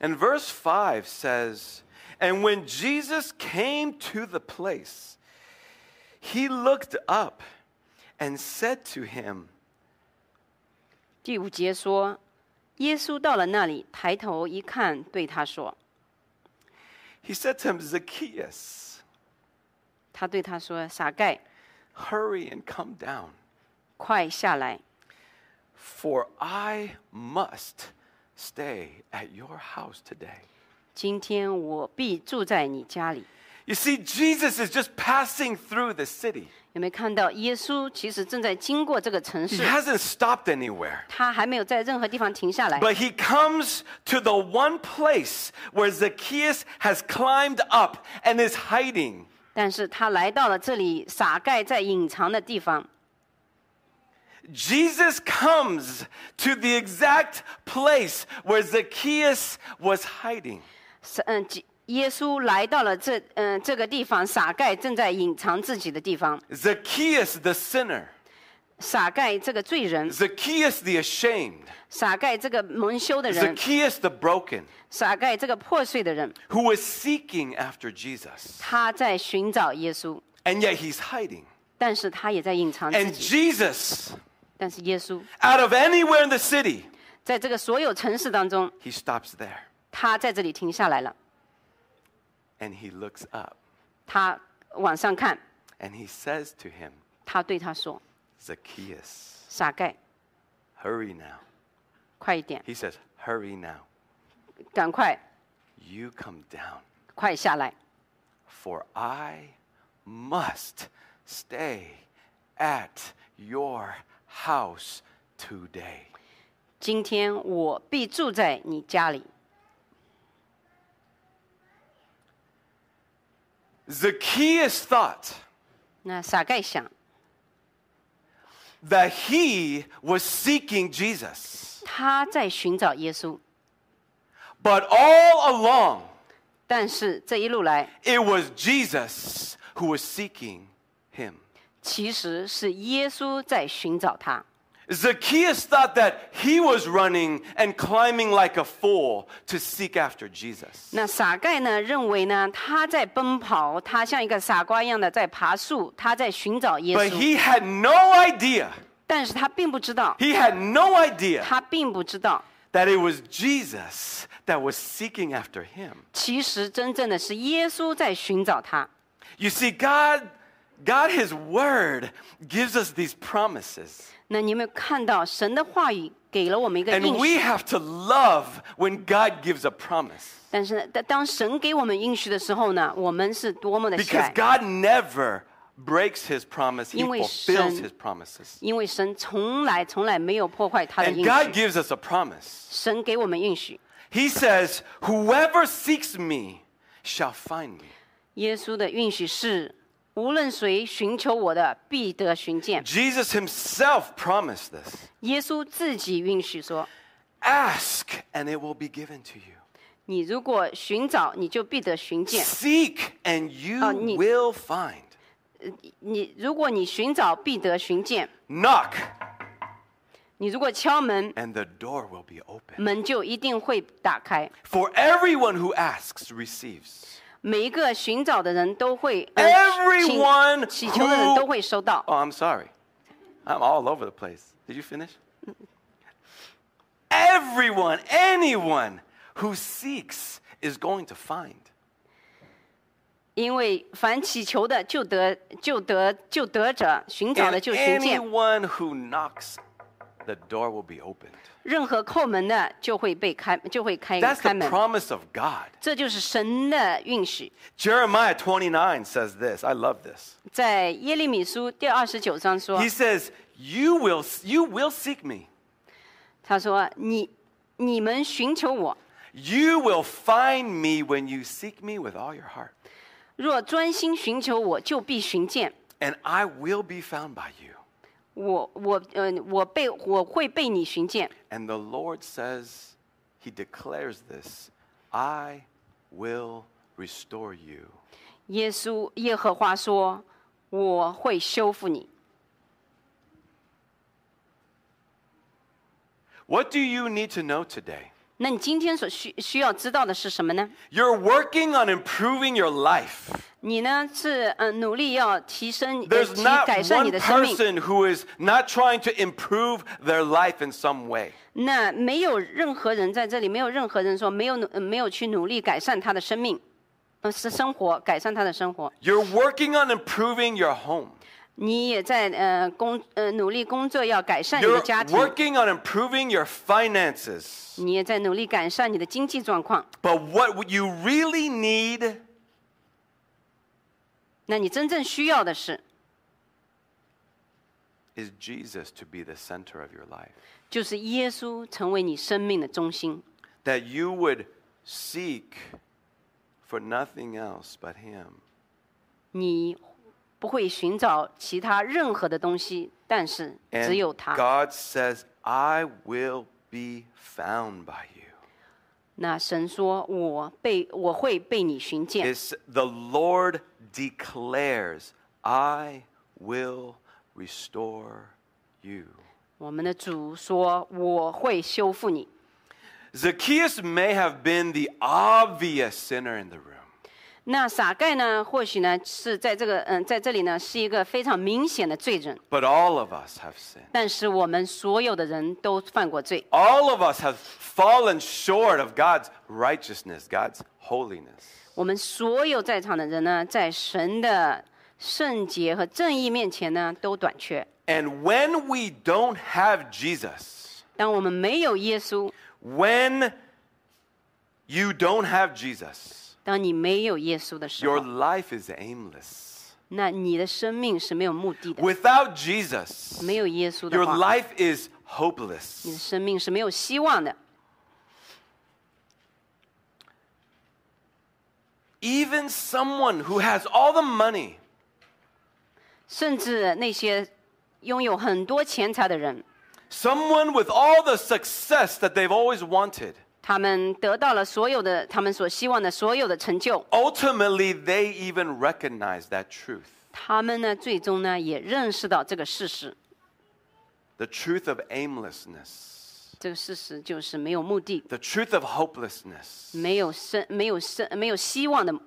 And verse 5 says, And when Jesus came to the place, he looked up and said to him, 第五节说，耶稣到了那里，抬头一看，对他说， He said to him, Zacchaeus, 他对他说：“傻盖， hurry and come down, 快下来， for I must stay at your house today. 今天我必住在你家里。 You see, Jesus is just passing through the city. ”有没有看到耶稣其实正在经过这个城 He 市， hasn't stopped anywhere. 他还没有在任何地方停下来。 But he comes to the one place where Zacchaeus has climbed up and is hiding. 但是他来到了这里，傻盖在隐藏的地方。 Jesus comes to the exact place where Zacchaeus was hiding. 是嗯，基耶稣来到了这嗯这个地方，傻盖正在隐藏自己的地方。 Zacchaeus the sinner, 傻盖这个罪人， Zacchaeus the ashamed, 傻盖这个蒙羞的人， Zacchaeus the broken, 傻盖这个破碎的人， who was seeking after Jesus. 他在寻找耶稣， And yet he's hiding. 但是他也在隐藏自 And 己。 Jesus, 但是耶稣 out of anywhere in the city, 在这个所有城市当中， he stops there 他在这里停下来了， and he looks up 他往上看， and he says to him, 他对他说 Zacchaeus,：“ 傻盖， hurry now. 快一点， He says, hurry now. 赶快， You come down, 快下来， for I must stay at your house today. 今天我必住在你家里。” Zacchaeus thought 那傻盖想， that he was seeking Jesus, 他在寻找耶稣， but all along, 但是这一路来， it was Jesus who was seeking him. 其实是耶稣在寻找他。 Zacchaeus thought that he was running and climbing like a fool to seek after Jesus. 那傻盖呢，认为呢，他在奔跑，他像一个傻瓜一样的在爬树，他在寻找耶 But 稣， he had no idea, 但是他并不知道， he had no idea 他并不知道， that it was Jesus that was seeking after him. 其实真正的是耶稣在寻找他。 You see, God God, His Word, gives us these promises. 那你有没有看到神的话语给了我们一个 And 应 we 许？ have to love when God gives a promise. 但是呢，当当神给我们应许的时候呢，我们是多么的喜 Because 爱， God never breaks His promise, He 因为神- fulfills His promises. 因为神从来从来没有破坏他的 And 应 God 许。 gives us a promise. 神给我们应许， He says, Whoever seeks me shall find me. 耶稣的应许是：无论谁寻求我的，必得寻见。 Jesus Himself promised this 耶稣自己允许说 Ask, and it will be given to you.：“ 你如果寻找，你就必得寻见； Seek, and you 哦，你- will find. 你如果你寻找，必得寻见； Knock, 你如果敲门， and the door will be open. 门就一定会打开。 For everyone who asks receives. 每一个寻找的人都会，呃 Everyone 请祈求的人 who- 都会收到。 Oh, I'm sorry. I'm all over the place. Did you finish? Everyone, anyone who seeks is going to find. 因为凡祈求的就得就得就得者，寻找的 And 就寻见； anyone who knocks, the door will be opened. 任何叩门的就会被开，就会开 That's 开 the 门。 promise of God. 这就是神的允许。 Jeremiah 29 says this. I love this. 在耶利米书第二十九章说 He says, "You will you will seek me.：“ 他说，你你们寻求我， You will find me when you seek me with all your heart, 若专心寻求我，就必寻见。 and I will be found by you." 我我呃，我被我会被你寻见。 And the Lord says, He declares this I will restore you. 耶稣耶和华说，我会修复你。 What do you need to know today? 那你今天所需需要知道的是什么呢？ You're working on improving your life. 你呢是嗯、呃努力要提升、呃、 There's 提 not 改善你 one 的生命。 person who is not trying to improve their life in some way. 那没有任何人在这里，没有任何人说没有努、呃没有去努力改善他的生命，呃是生活改善他的生活。 You're working on improving your home. 你也在呃工呃努力工作，要改善你的 You're 家庭， working on improving your finances. 你也在努力改善你的经济状况。 But what you really need 那你真正需要的是， is Jesus to be the center of your life. 就是耶稣成为你生命的中心， that you would seek for nothing else but Him. 你不会寻找其他任何的东西，但是只 And 有他。 God says, I will be found by you. 那神说：“我被我会被你寻见。 It's the Lord declares, I will restore you. ”我们的主说：“我会修复你。 Zacchaeus may have been the obvious sinner in the room. ”那撒盖呢？或许呢是在这个嗯，在这里呢是一个非常明显的罪人， But all of us have sinned. 但是我们所有的人都犯过罪， All of us have fallen short of God's righteousness, God's holiness. 我们所有在场的人呢，在神的圣洁和正义面前呢都短缺。 And when we don't have Jesus, 当我们没有耶稣， when you don't have Jesus, 当你没有耶稣的时 your 候， life is aimless. 那你的生命是没有目的的。 Without Jesus, 没有耶稣 your 的话， life is 你的 hopeless. 生命是没有希望的。 Even someone who has all the money 甚至那些拥有很多钱财的人， Someone with all the success that they've always wanted. 他们得到了所有的他们所希望的所有的成就， Ultimately, they even recognize that truth 他们呢最终呢也认识到这个事实， the truth of aimlessness, 这个事实就是没有目的， the truth of hopelessness. 没有生没有生没有希望的生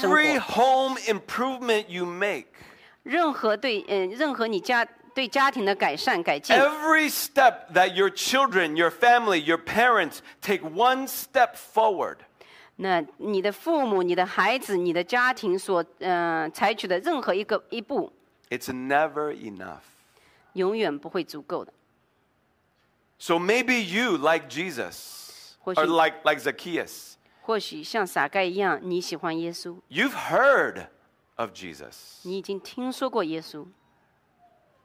Every 活。 home improvement you make, 任何对嗯、任何你家对家庭的改善改进， every step that your children, your family, your parents take one step forward, 那你的父母、你的孩子、你的家庭所嗯、呃采取的任何一个一步， It's never enough. 永远不会足够的。 So maybe you, like Jesus, or 或许- like, like Zacchaeus, 或许像撒该一样，你喜欢耶稣， you've heard of Jesus. 你已经听说过耶稣。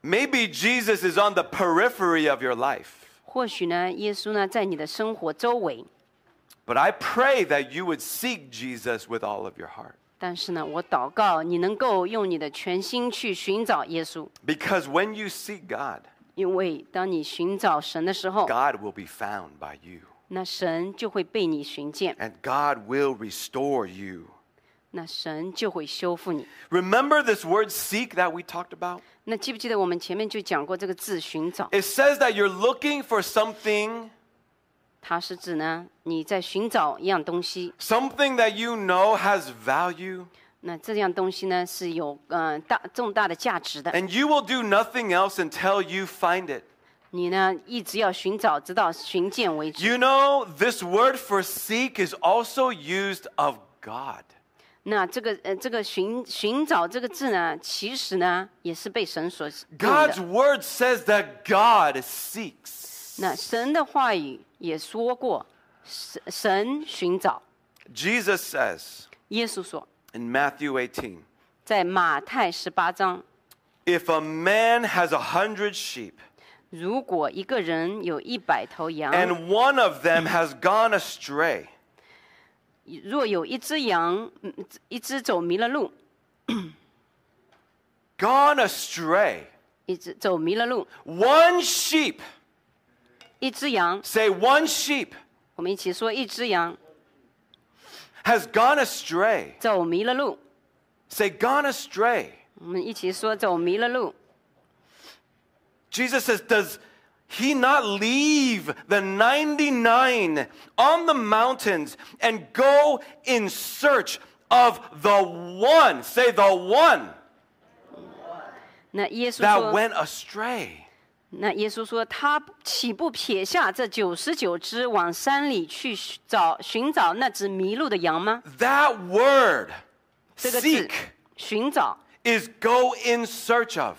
Maybe Jesus is on the periphery of your life. 或许呢，耶稣呢在你的生活周围， But I pray that you would seek Jesus with all of your heart. 但是呢，我祷告你能够用你的全心去寻找耶稣， Because when you seek God, 因为当你寻找神的时候， God will be found by you, 那神就会被你寻见， and God will restore you. 那神就会修复你。 Remember this word seek that we talked about? 那记不记得我们前面就讲过这个字“寻找 It says that you're looking for something ”，它是指呢你在寻找一样东西， something that you know has value, 那这样东西呢是有嗯、呃大重大的价值的， and you will do nothing else until you find it. 你呢一直要寻找，直到寻见为止。 You know, this word for seek is also used of God. 那这个呃，这个寻寻找这个字呢，其实呢也是被神所用 God's 的。 word says that God seeks. 那神的话语也说过，神神寻找。 Jesus says 耶稣说， in Matthew 18在马太十八章， if a man has a hundred sheep 如果一个人有一百头羊， and one of them has gone astray, 若有一只羊，嗯一只走迷了路， gone astray, 一只走迷了路， one sheep, 一只羊， say one sheep, 我们一起说，一只羊 has gone astray, 走迷了路， say gone astray. 我们一起说走迷了路。 Jesus says, Does he not leave the 99 on the mountains and go in search of the one, say the one 那耶稣 that 说。 went astray? 那耶稣说：“他岂不撇下这九十九只，往山里去寻找寻找那只迷路的羊吗 That word,？” 这个字 seek, 寻找， is go in search of.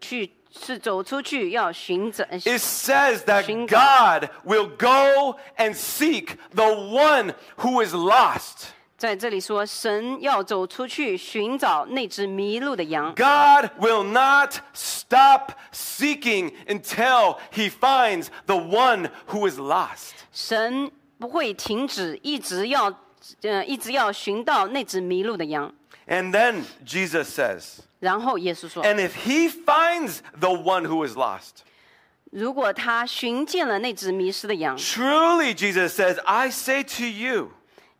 去是走出去要寻找。呃 It says that Shingo. God will go and seek the one who is lost. 在这里说，神要走出去寻找那只迷路的羊， God will not stop seeking until he finds the one who is lost. 神不会停止，一直要，呃，一直要寻到那只迷路的羊。 And then Jesus says, 然后耶稣说 and if he finds the one who is lost,：“ 如果他寻见了那只迷失的羊， truly, Jesus says, I say to you,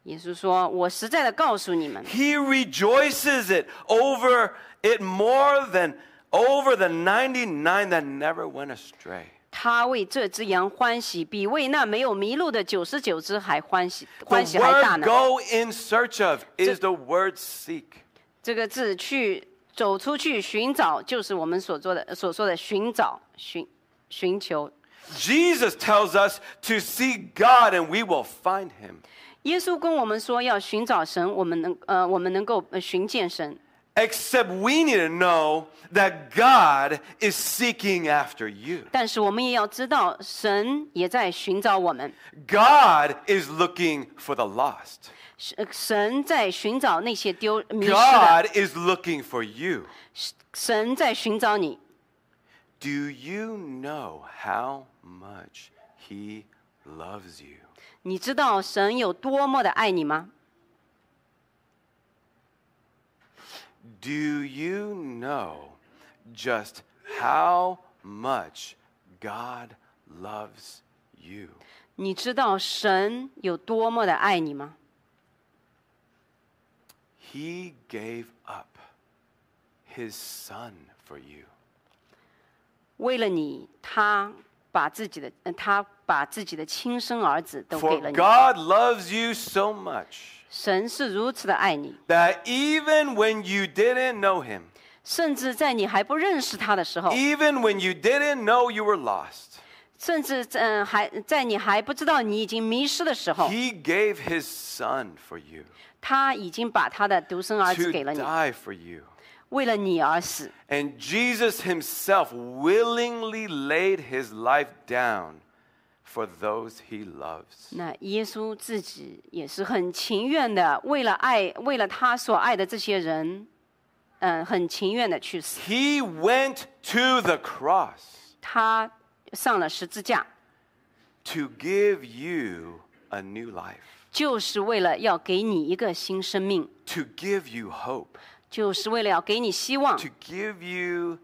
耶稣说，我实在的告诉你们。” he rejoices it over it more than over the 99 that never went astray. 他为这只羊欢喜，比为那没有迷路的九十九只还欢喜，欢 The 喜还大 word 呢。 go in search of is the word seek. 这个字去走出去寻找，就是我们所做的所说的寻找、寻寻求。 Jesus tells us to seek God and we will find him. 耶稣跟我们说要寻找神，我们能呃，我们能够呃寻见神。 Except we need to know that God is seeking after you. 但是我们也要知道，神也在寻找我们， God is looking for the lost. 神呃神在寻找那些丢迷失的， God is looking for you. 神在寻找你。 Do you know how much he loves you? 你知道神有多么的爱你吗？ Do you know just how much God loves you? 你知道神有多么的爱你吗？ He gave up his son for you. 为了你，他把自己的，呃他把自己的亲生儿子都给 For 了你。 God loves you so much 神是如此的爱你， that even when you didn't know him, 甚至在你还不认识他的时候，Oh. even when you didn't know you were lost, 甚至嗯、呃还在你还不知道你已经迷失的时候， He gave his son for you 他已经把他的独生儿子 to 给了你， die for you. 为了你而死。 And Jesus himself willingly laid his life down for those he loves. 那耶稣自己也是很情愿的，为了爱，为了他所爱的这些人，嗯、很情愿的去死。 He went to the cross 他上了十字架， to give you a new life, 就是为了要给你一个新生命， to give you hope, 就是为了要给你希望， to give you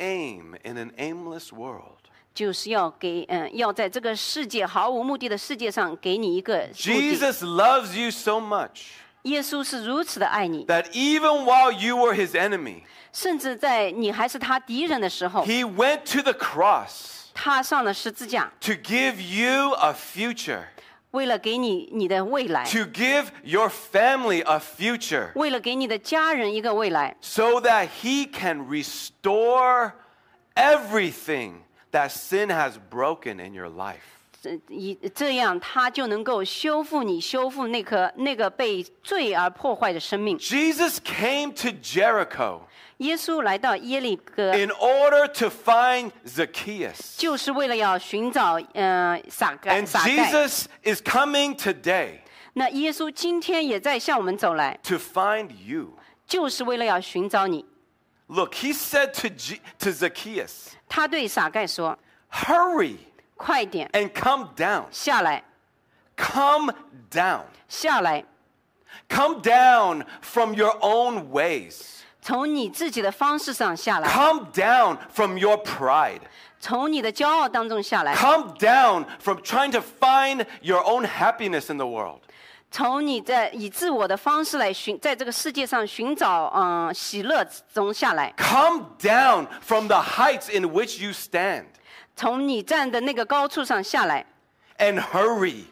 aim in an aimless world. 就是要给嗯、要在这个世界毫无目的的世界上给你一个目的。 Jesus loves you so much 耶稣是如此的爱你， that even while you were his enemy, 甚至在你还是他敌人的时候， he went to the cross 他上了十字架， to give you a future. 为了给你你的未来， to give your family a future 为了给你的家人一个未来。 so that he can restore everything that sin has broken in your life. 这以这样，他就能够修复你，修复那颗那个被罪而破坏的生命。 Jesus came to Jericho 耶稣来到耶利哥， in order to find Zacchaeus. 就是为了要寻找嗯撒该 And 撒该。 Jesus is coming today 那耶稣今天也在向我们走来， to find you. 就是为了要寻找你。 Look, he said to, G- to Zacchaeus, 他对撒盖说 Hurry：“ 快点 and come down. 下来， Come down. 下来， Come down from your own ways. 从你自己的方式上下来， Come down from your pride. 从你的骄傲当中下来， Come down from trying to find your own happiness in the world. 从你在以自我的方式来寻，在这个世界上寻找嗯喜乐中下来。” Come down from the heights in which you stand 从你站的那个高处上下来， and hurry,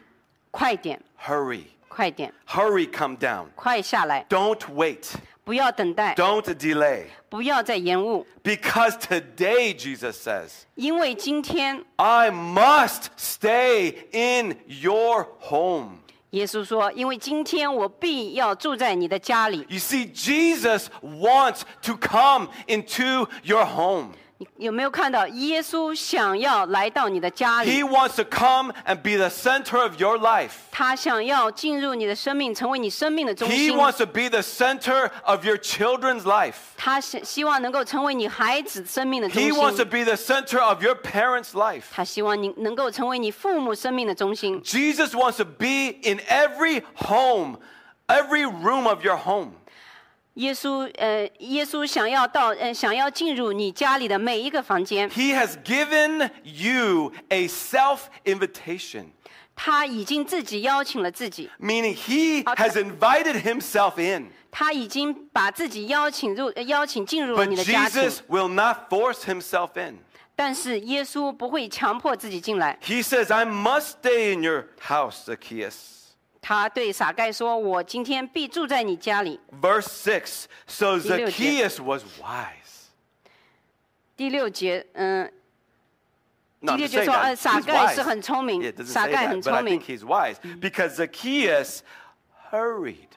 快点， hurry, 快点， hurry, come down. 快下来， Don't wait. 不要等待， Don't delay. 不要再延误， Because today, Jesus says, 因为今天 I must stay in your home. 耶稣说，因为今天我必要住在你的家里。 You see, Jesus wants to come into your home. 你有没有看到耶稣想要来到你的家 He 里？ wants to come and be the center of your life. 他想要进入你的生命，成为你生命的中 He 心。 wants to be the center of your children's life. 他希希望能够成为你孩子生命的中 He wants to 心。 be the center of your parents' life. 他希望你能够成为你父母生命的中心。 Jesus wants to be in every home, every room of your home. 耶稣，呃，耶稣想要到，呃，想要进入你家里的每一个房间。 He has given you a self invitation, 他已经自己邀请了自己， meaning He has invited Himself in. 他已经把自己邀请入，呃邀请进入了 But 你的家庭。 Jesus will not force Himself in. 但是耶稣不会强迫自己进来。 He says, I must stay in your house, Zacchaeus. 他对撒盖说：“我今天必住在你家里。 Verse 6 So 第六节。 Zacchaeus was wise. ”第六节，嗯， No, I'm 第六 just saying 节说， that. He's 呃，撒盖 wise. 是很聪明， Yeah, it doesn't say that, 撒盖很聪明。 but I think he's wise because Zacchaeus hurried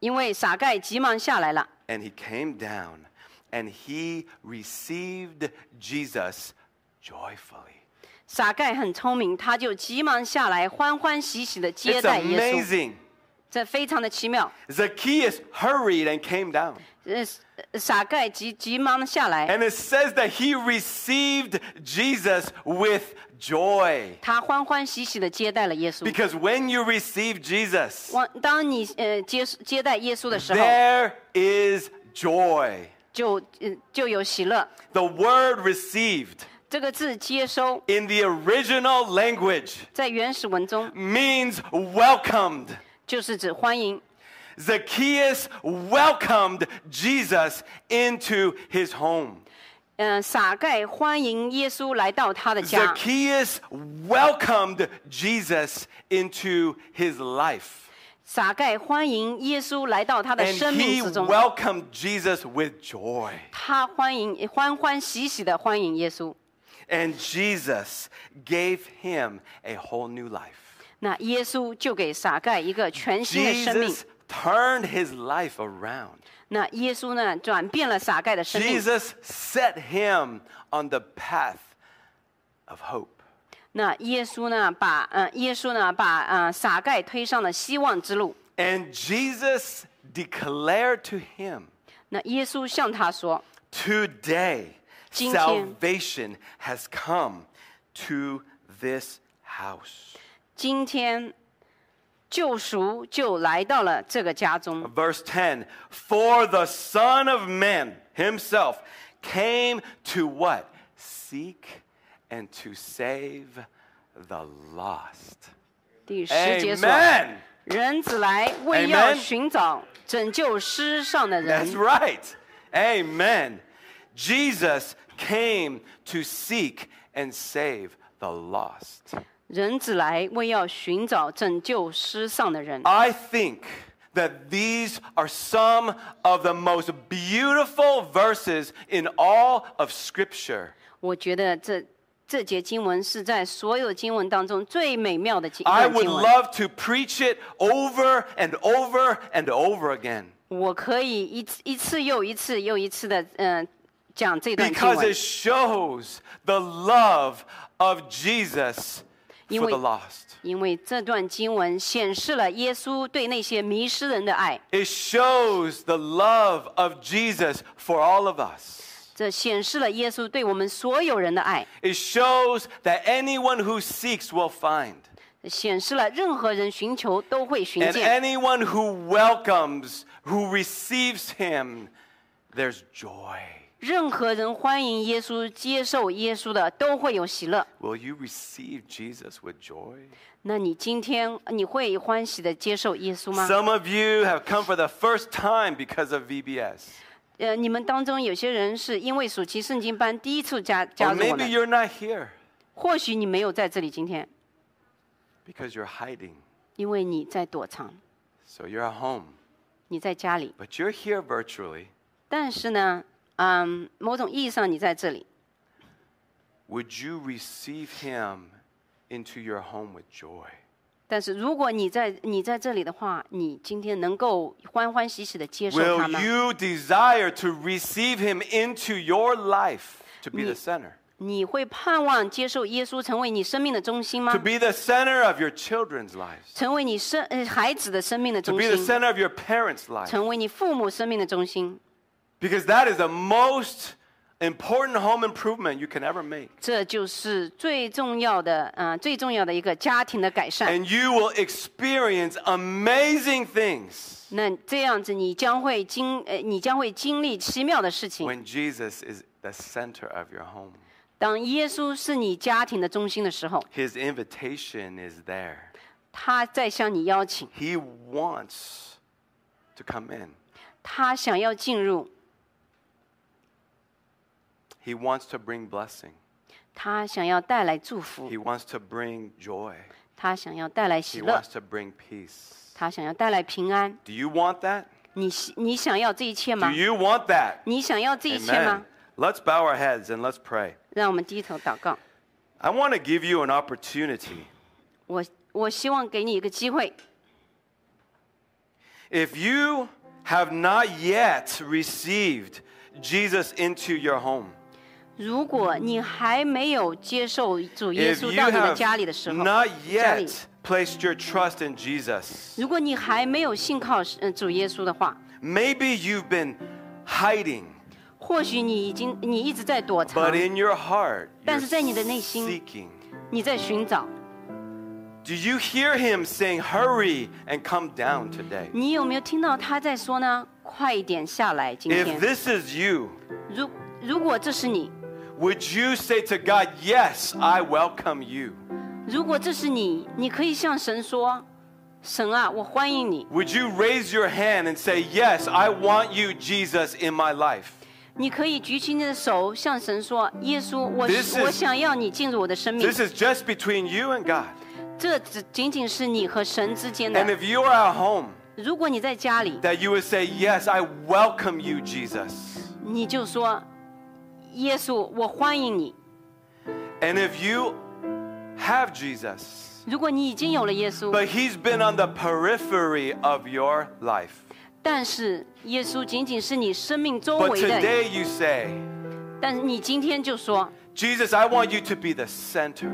因为撒盖急忙下来了， and he came down and he received Jesus joyfully. 撒盖很聪明，他就急忙下来，欢欢喜喜的接 It's 待耶稣， amazing. 这非常的奇妙。 Zacchaeus hurried and came down. 呃，撒盖急急忙地下来， And it says that he received Jesus with joy. 他欢欢喜喜的接待了耶稣。 Because when you receive Jesus, 往当你呃接接待耶稣的时候， there is joy. 就呃就有喜乐。 The word received 这个字接收 in the original language 在原始文中 means welcomed. 就是指欢迎。 Zacchaeus welcomed Jesus into his home. 嗯、撒盖欢迎耶稣来到他的家。 Zacchaeus welcomed Jesus into his life. 撒盖欢迎耶稣来到他的 And 生命 he 之中， welcomed Jesus with joy. 他欢迎欢欢喜喜的欢迎耶稣。 And Jesus gave him a whole new life. 那耶稣就给撒盖一个全新的生命 Jesus。turned his life around. 那耶稣呢，转变了撒盖的生命。 Jesus set him on the path of hope. 那耶稣呢，把嗯、呃，耶稣呢，把嗯、呃、撒盖推上了希望之路。 And Jesus declared to him, 那耶稣向他说 Today, 今天。 salvation has come to this house.：“ 今天救赎就来到了这个家中。 Verse 10 For the Son of Man himself came to what? Seek and to save the lost. ”第十节说 Amen.：“ 人子来 Amen 为要寻找拯救失上的 That's 人。 right. Amen. Jesus came to seek and save the lost. 人子来为要寻找拯救失丧的人。 I think that these are some of the most beautiful verses in all of Scripture. ”我觉得这这节经文是在所有经文当中最美妙的经一 I 段 would 经文。 love to preach it over and over and over again 我可以一次一次又一次又一次的嗯、呃讲这段经 because 文 it，shows the love of Jesus for the 因为- lost. 因为这段经文显示了耶稣对那些迷失人的爱， It shows the love of Jesus for all of us. 这显示了耶稣对我们所有人的爱， It shows that anyone who seeks will find, 显示了任何人寻求都会寻 and 见， anyone who welcomes, who receives him, there's joy. 任何人欢迎耶稣、接受耶稣的都会有喜乐。 Will you receive Jesus with joy? 那你今天你会欢喜的接受耶稣吗？ Some of you have come for the first time because of VBS. 呃，你们当中有些人是因为暑期圣经班第一次加加 Or 入 maybe 我们， you're not here 或许你没有在这里今天， because you're hiding. 因为你在躲藏， So you're at home, 你在家里。 but you're here virtually. 但是呢，嗯，某种意义上你在这里， Would you receive him into your home with joy? 但是如果你在你在这里的话，你今天能够欢欢喜喜的接受 Will 他吗？ you desire to receive him into your life to be the Ni- center? 你会盼望接受耶稣成为你生命的中心 To 吗？ be the center of your children's lives? 成为你生呃孩子的生命的 To 中 be the 心， center of your parents' lives? 成为你父母生命的中心。 Because that is the most important home improvement you can ever make. 这就是最重要的，嗯、最重要的一个家庭的改善。 And you will experience amazing things 那这样子，你将会经，呃，你将会经历奇妙的事情。 when Jesus is the center of your home. 当耶稣是你家庭的中心的时候， His invitation is there. 他在向你邀请， He wants to come in. 他想要进入， He wants to bring blessing. 他想要带来祝福 He，wants to bring joy. 他想要带来喜 He 乐 wants，to bring peace. 他想要带来平安。 Do you want that? 你喜你想要这一切 Do 吗？ you want that? 你想要这一切 Amen. 吗？ Let's bow our heads and let's pray. 让我们低头祷告。 I want to give you an opportunity. 我我希望给你一个机会。 If you have not yet received Jesus into your home, 如果你还没有接受主耶 if 稣 you 到你的家里的 have 时候， not 家里， yet placed your trust in Jesus, 如果你还没有信靠呃主耶稣的话， maybe you've been hiding, 或许你已经你一直在躲藏 but，in your heart, you're 但是在你的内心。 seeking. 你在寻找。 Do you hear him saying, Hurry and come down today? 你有没有听到他在说呢？快一点下来，今 If 天。 this is you, 如如果这是你， would you say to God, Yes, I welcome you? 如果这是你，你可以向神说：“神啊，我欢迎你。 Would you raise your hand and say, Yes, I want you, Jesus, in my life? ”你可以举起你的手，向神说：“耶稣，我 This is- 我想要你进入我的生命。” This is just between you and God. 这只仅仅是你和神之间 And 的。 if you are at home, 如果你在家里， that you would say, Yes, I welcome you, Jesus. 你就说：“耶稣，我欢迎你。 And if you have Jesus, 如果你已经有了耶稣， but he's been on the periphery of your life, 但是耶稣仅仅是你生命周 but 围的， today you say, 但是你今天就说， Jesus, I want you to be the center.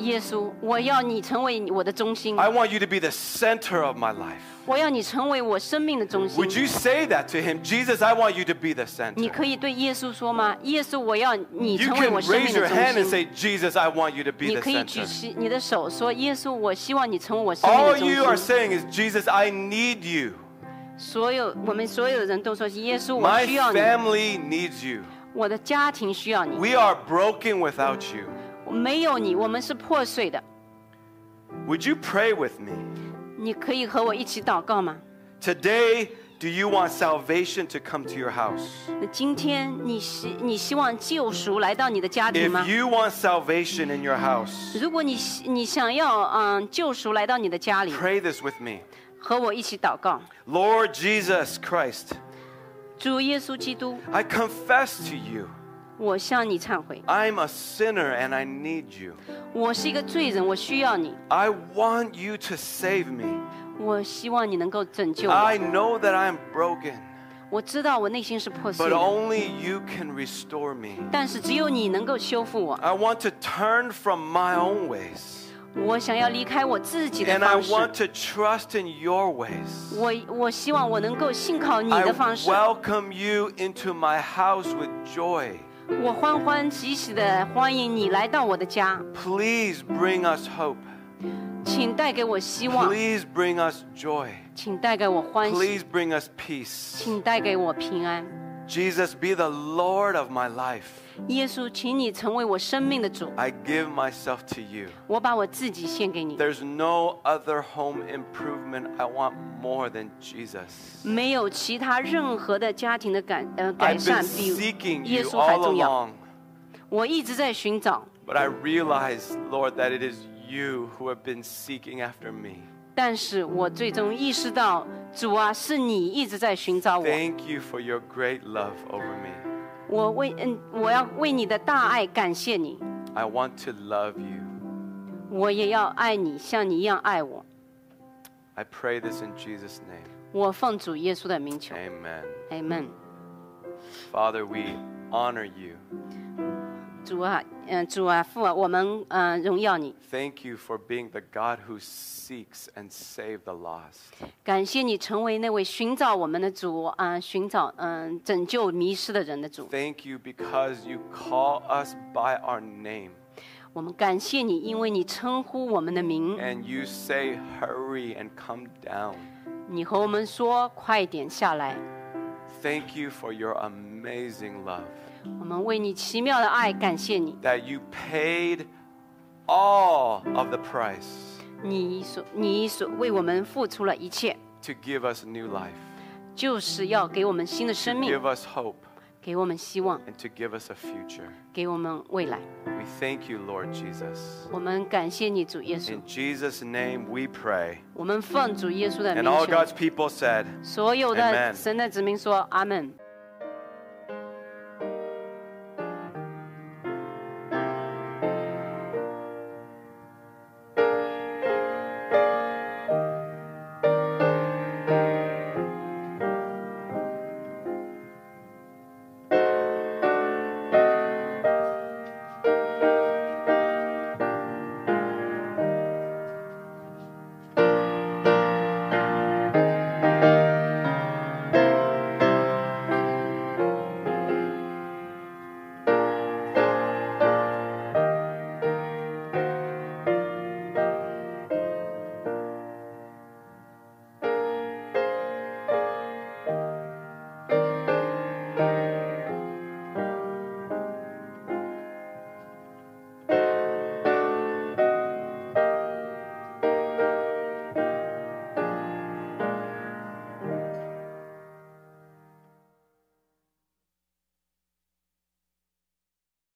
耶稣，我要你成为我的中心， I want you to be the center of my life. 我要你成为我生命的中 Would 心。 you say that to him? Jesus, I want you to be the 你 center. 可以对耶稣说吗？耶稣，我要你 You 成为 can 我生 raise 命 your 的 hand 中 and 心。 say, Jesus, I want you to be 你 the 可以举 center. 起你的手说：“耶稣，我希望你成为我生命 All 的 you are 中心。 saying is, Jesus, I need you. ”所有我们所有人都说：“耶稣，我 My 需要你， family needs you. 我的家庭需要你。 We are broken without you. 没有你，我们是破碎的。 Would you pray with me? 你可以和我一起祷告吗？ Today, do you want salvation to come to your house? 那今天你希你希望救赎来到你的家庭吗 If？you want salvation in your house, 如果你希你想要嗯救赎来到你的家里， pray this with me. 和我一起祷告。 Lord Jesus Christ, 主耶稣基督， I confess to you, 我向你忏悔， I'm a sinner and I need you. 我是一个罪人，我需要你， I want you to save me. 我希望你能够拯救我。 I know that I'm broken, 我知道我内心是破碎 but 的， only you can restore me. 但是只有你能够修复我。 I want to turn from my own ways, 我想要离开我自己的 and I 方式， want to trust in your ways. 我我希望我能够信靠你的方 I 式， welcome you into my house with joy. 我欢欢喜喜的欢迎你来到我的家， Please bring us hope. 请带给我希望， Please bring us joy. 请带给我欢喜， Please bring us peace. 请带给我平安。 Jesus, be the Lord of my life. 耶稣，请你成为我生命的主， I give myself to you. 我把我自己献给你， There's no other home improvement I want more than Jesus. 没有其他任何的家庭的改呃改 I've been 善比 seeking 耶 you 稣还 all 重要。 along, 我一直在寻找， but I realize, Lord, that it is you who have been seeking after me. 但是我最终意识到，主啊，是你一直在寻找我。 Thank you for your great love over me. 我为嗯，我要为你的大爱感谢你， I want to love you. 我也要爱你，像你一样爱我。 I pray this in Jesus' name. 我奉主耶稣的名求 Amen. ，Amen。 Father, we honor you. 主啊，嗯、主啊，父啊，我们嗯、呃荣耀你， Thank you for being the God who seeks and save the lost. 感谢你成为那位寻找我们的主啊、寻找嗯、拯救迷失的人的主。 Thank you because you call us by our name 我们感谢你，因为你称呼我们的名， and you say, Hurry and come down. 你和我们说快点下来。 Thank you for your amazing love 我们为你奇妙的爱感谢你， that you paid all of the price 你所你所为我们付出了一切， to give us new life, 就是要给我们新的生 to 命。 give us hope, 给我们希望， and to give us a future. 给我们未来。 We thank you, Lord Jesus. 我们感谢你，主耶稣 In。Jesus' name we pray. 我们奉主耶稣的 And 名 all 求 God's，people said, 所有 Amen 的神的子民说阿门。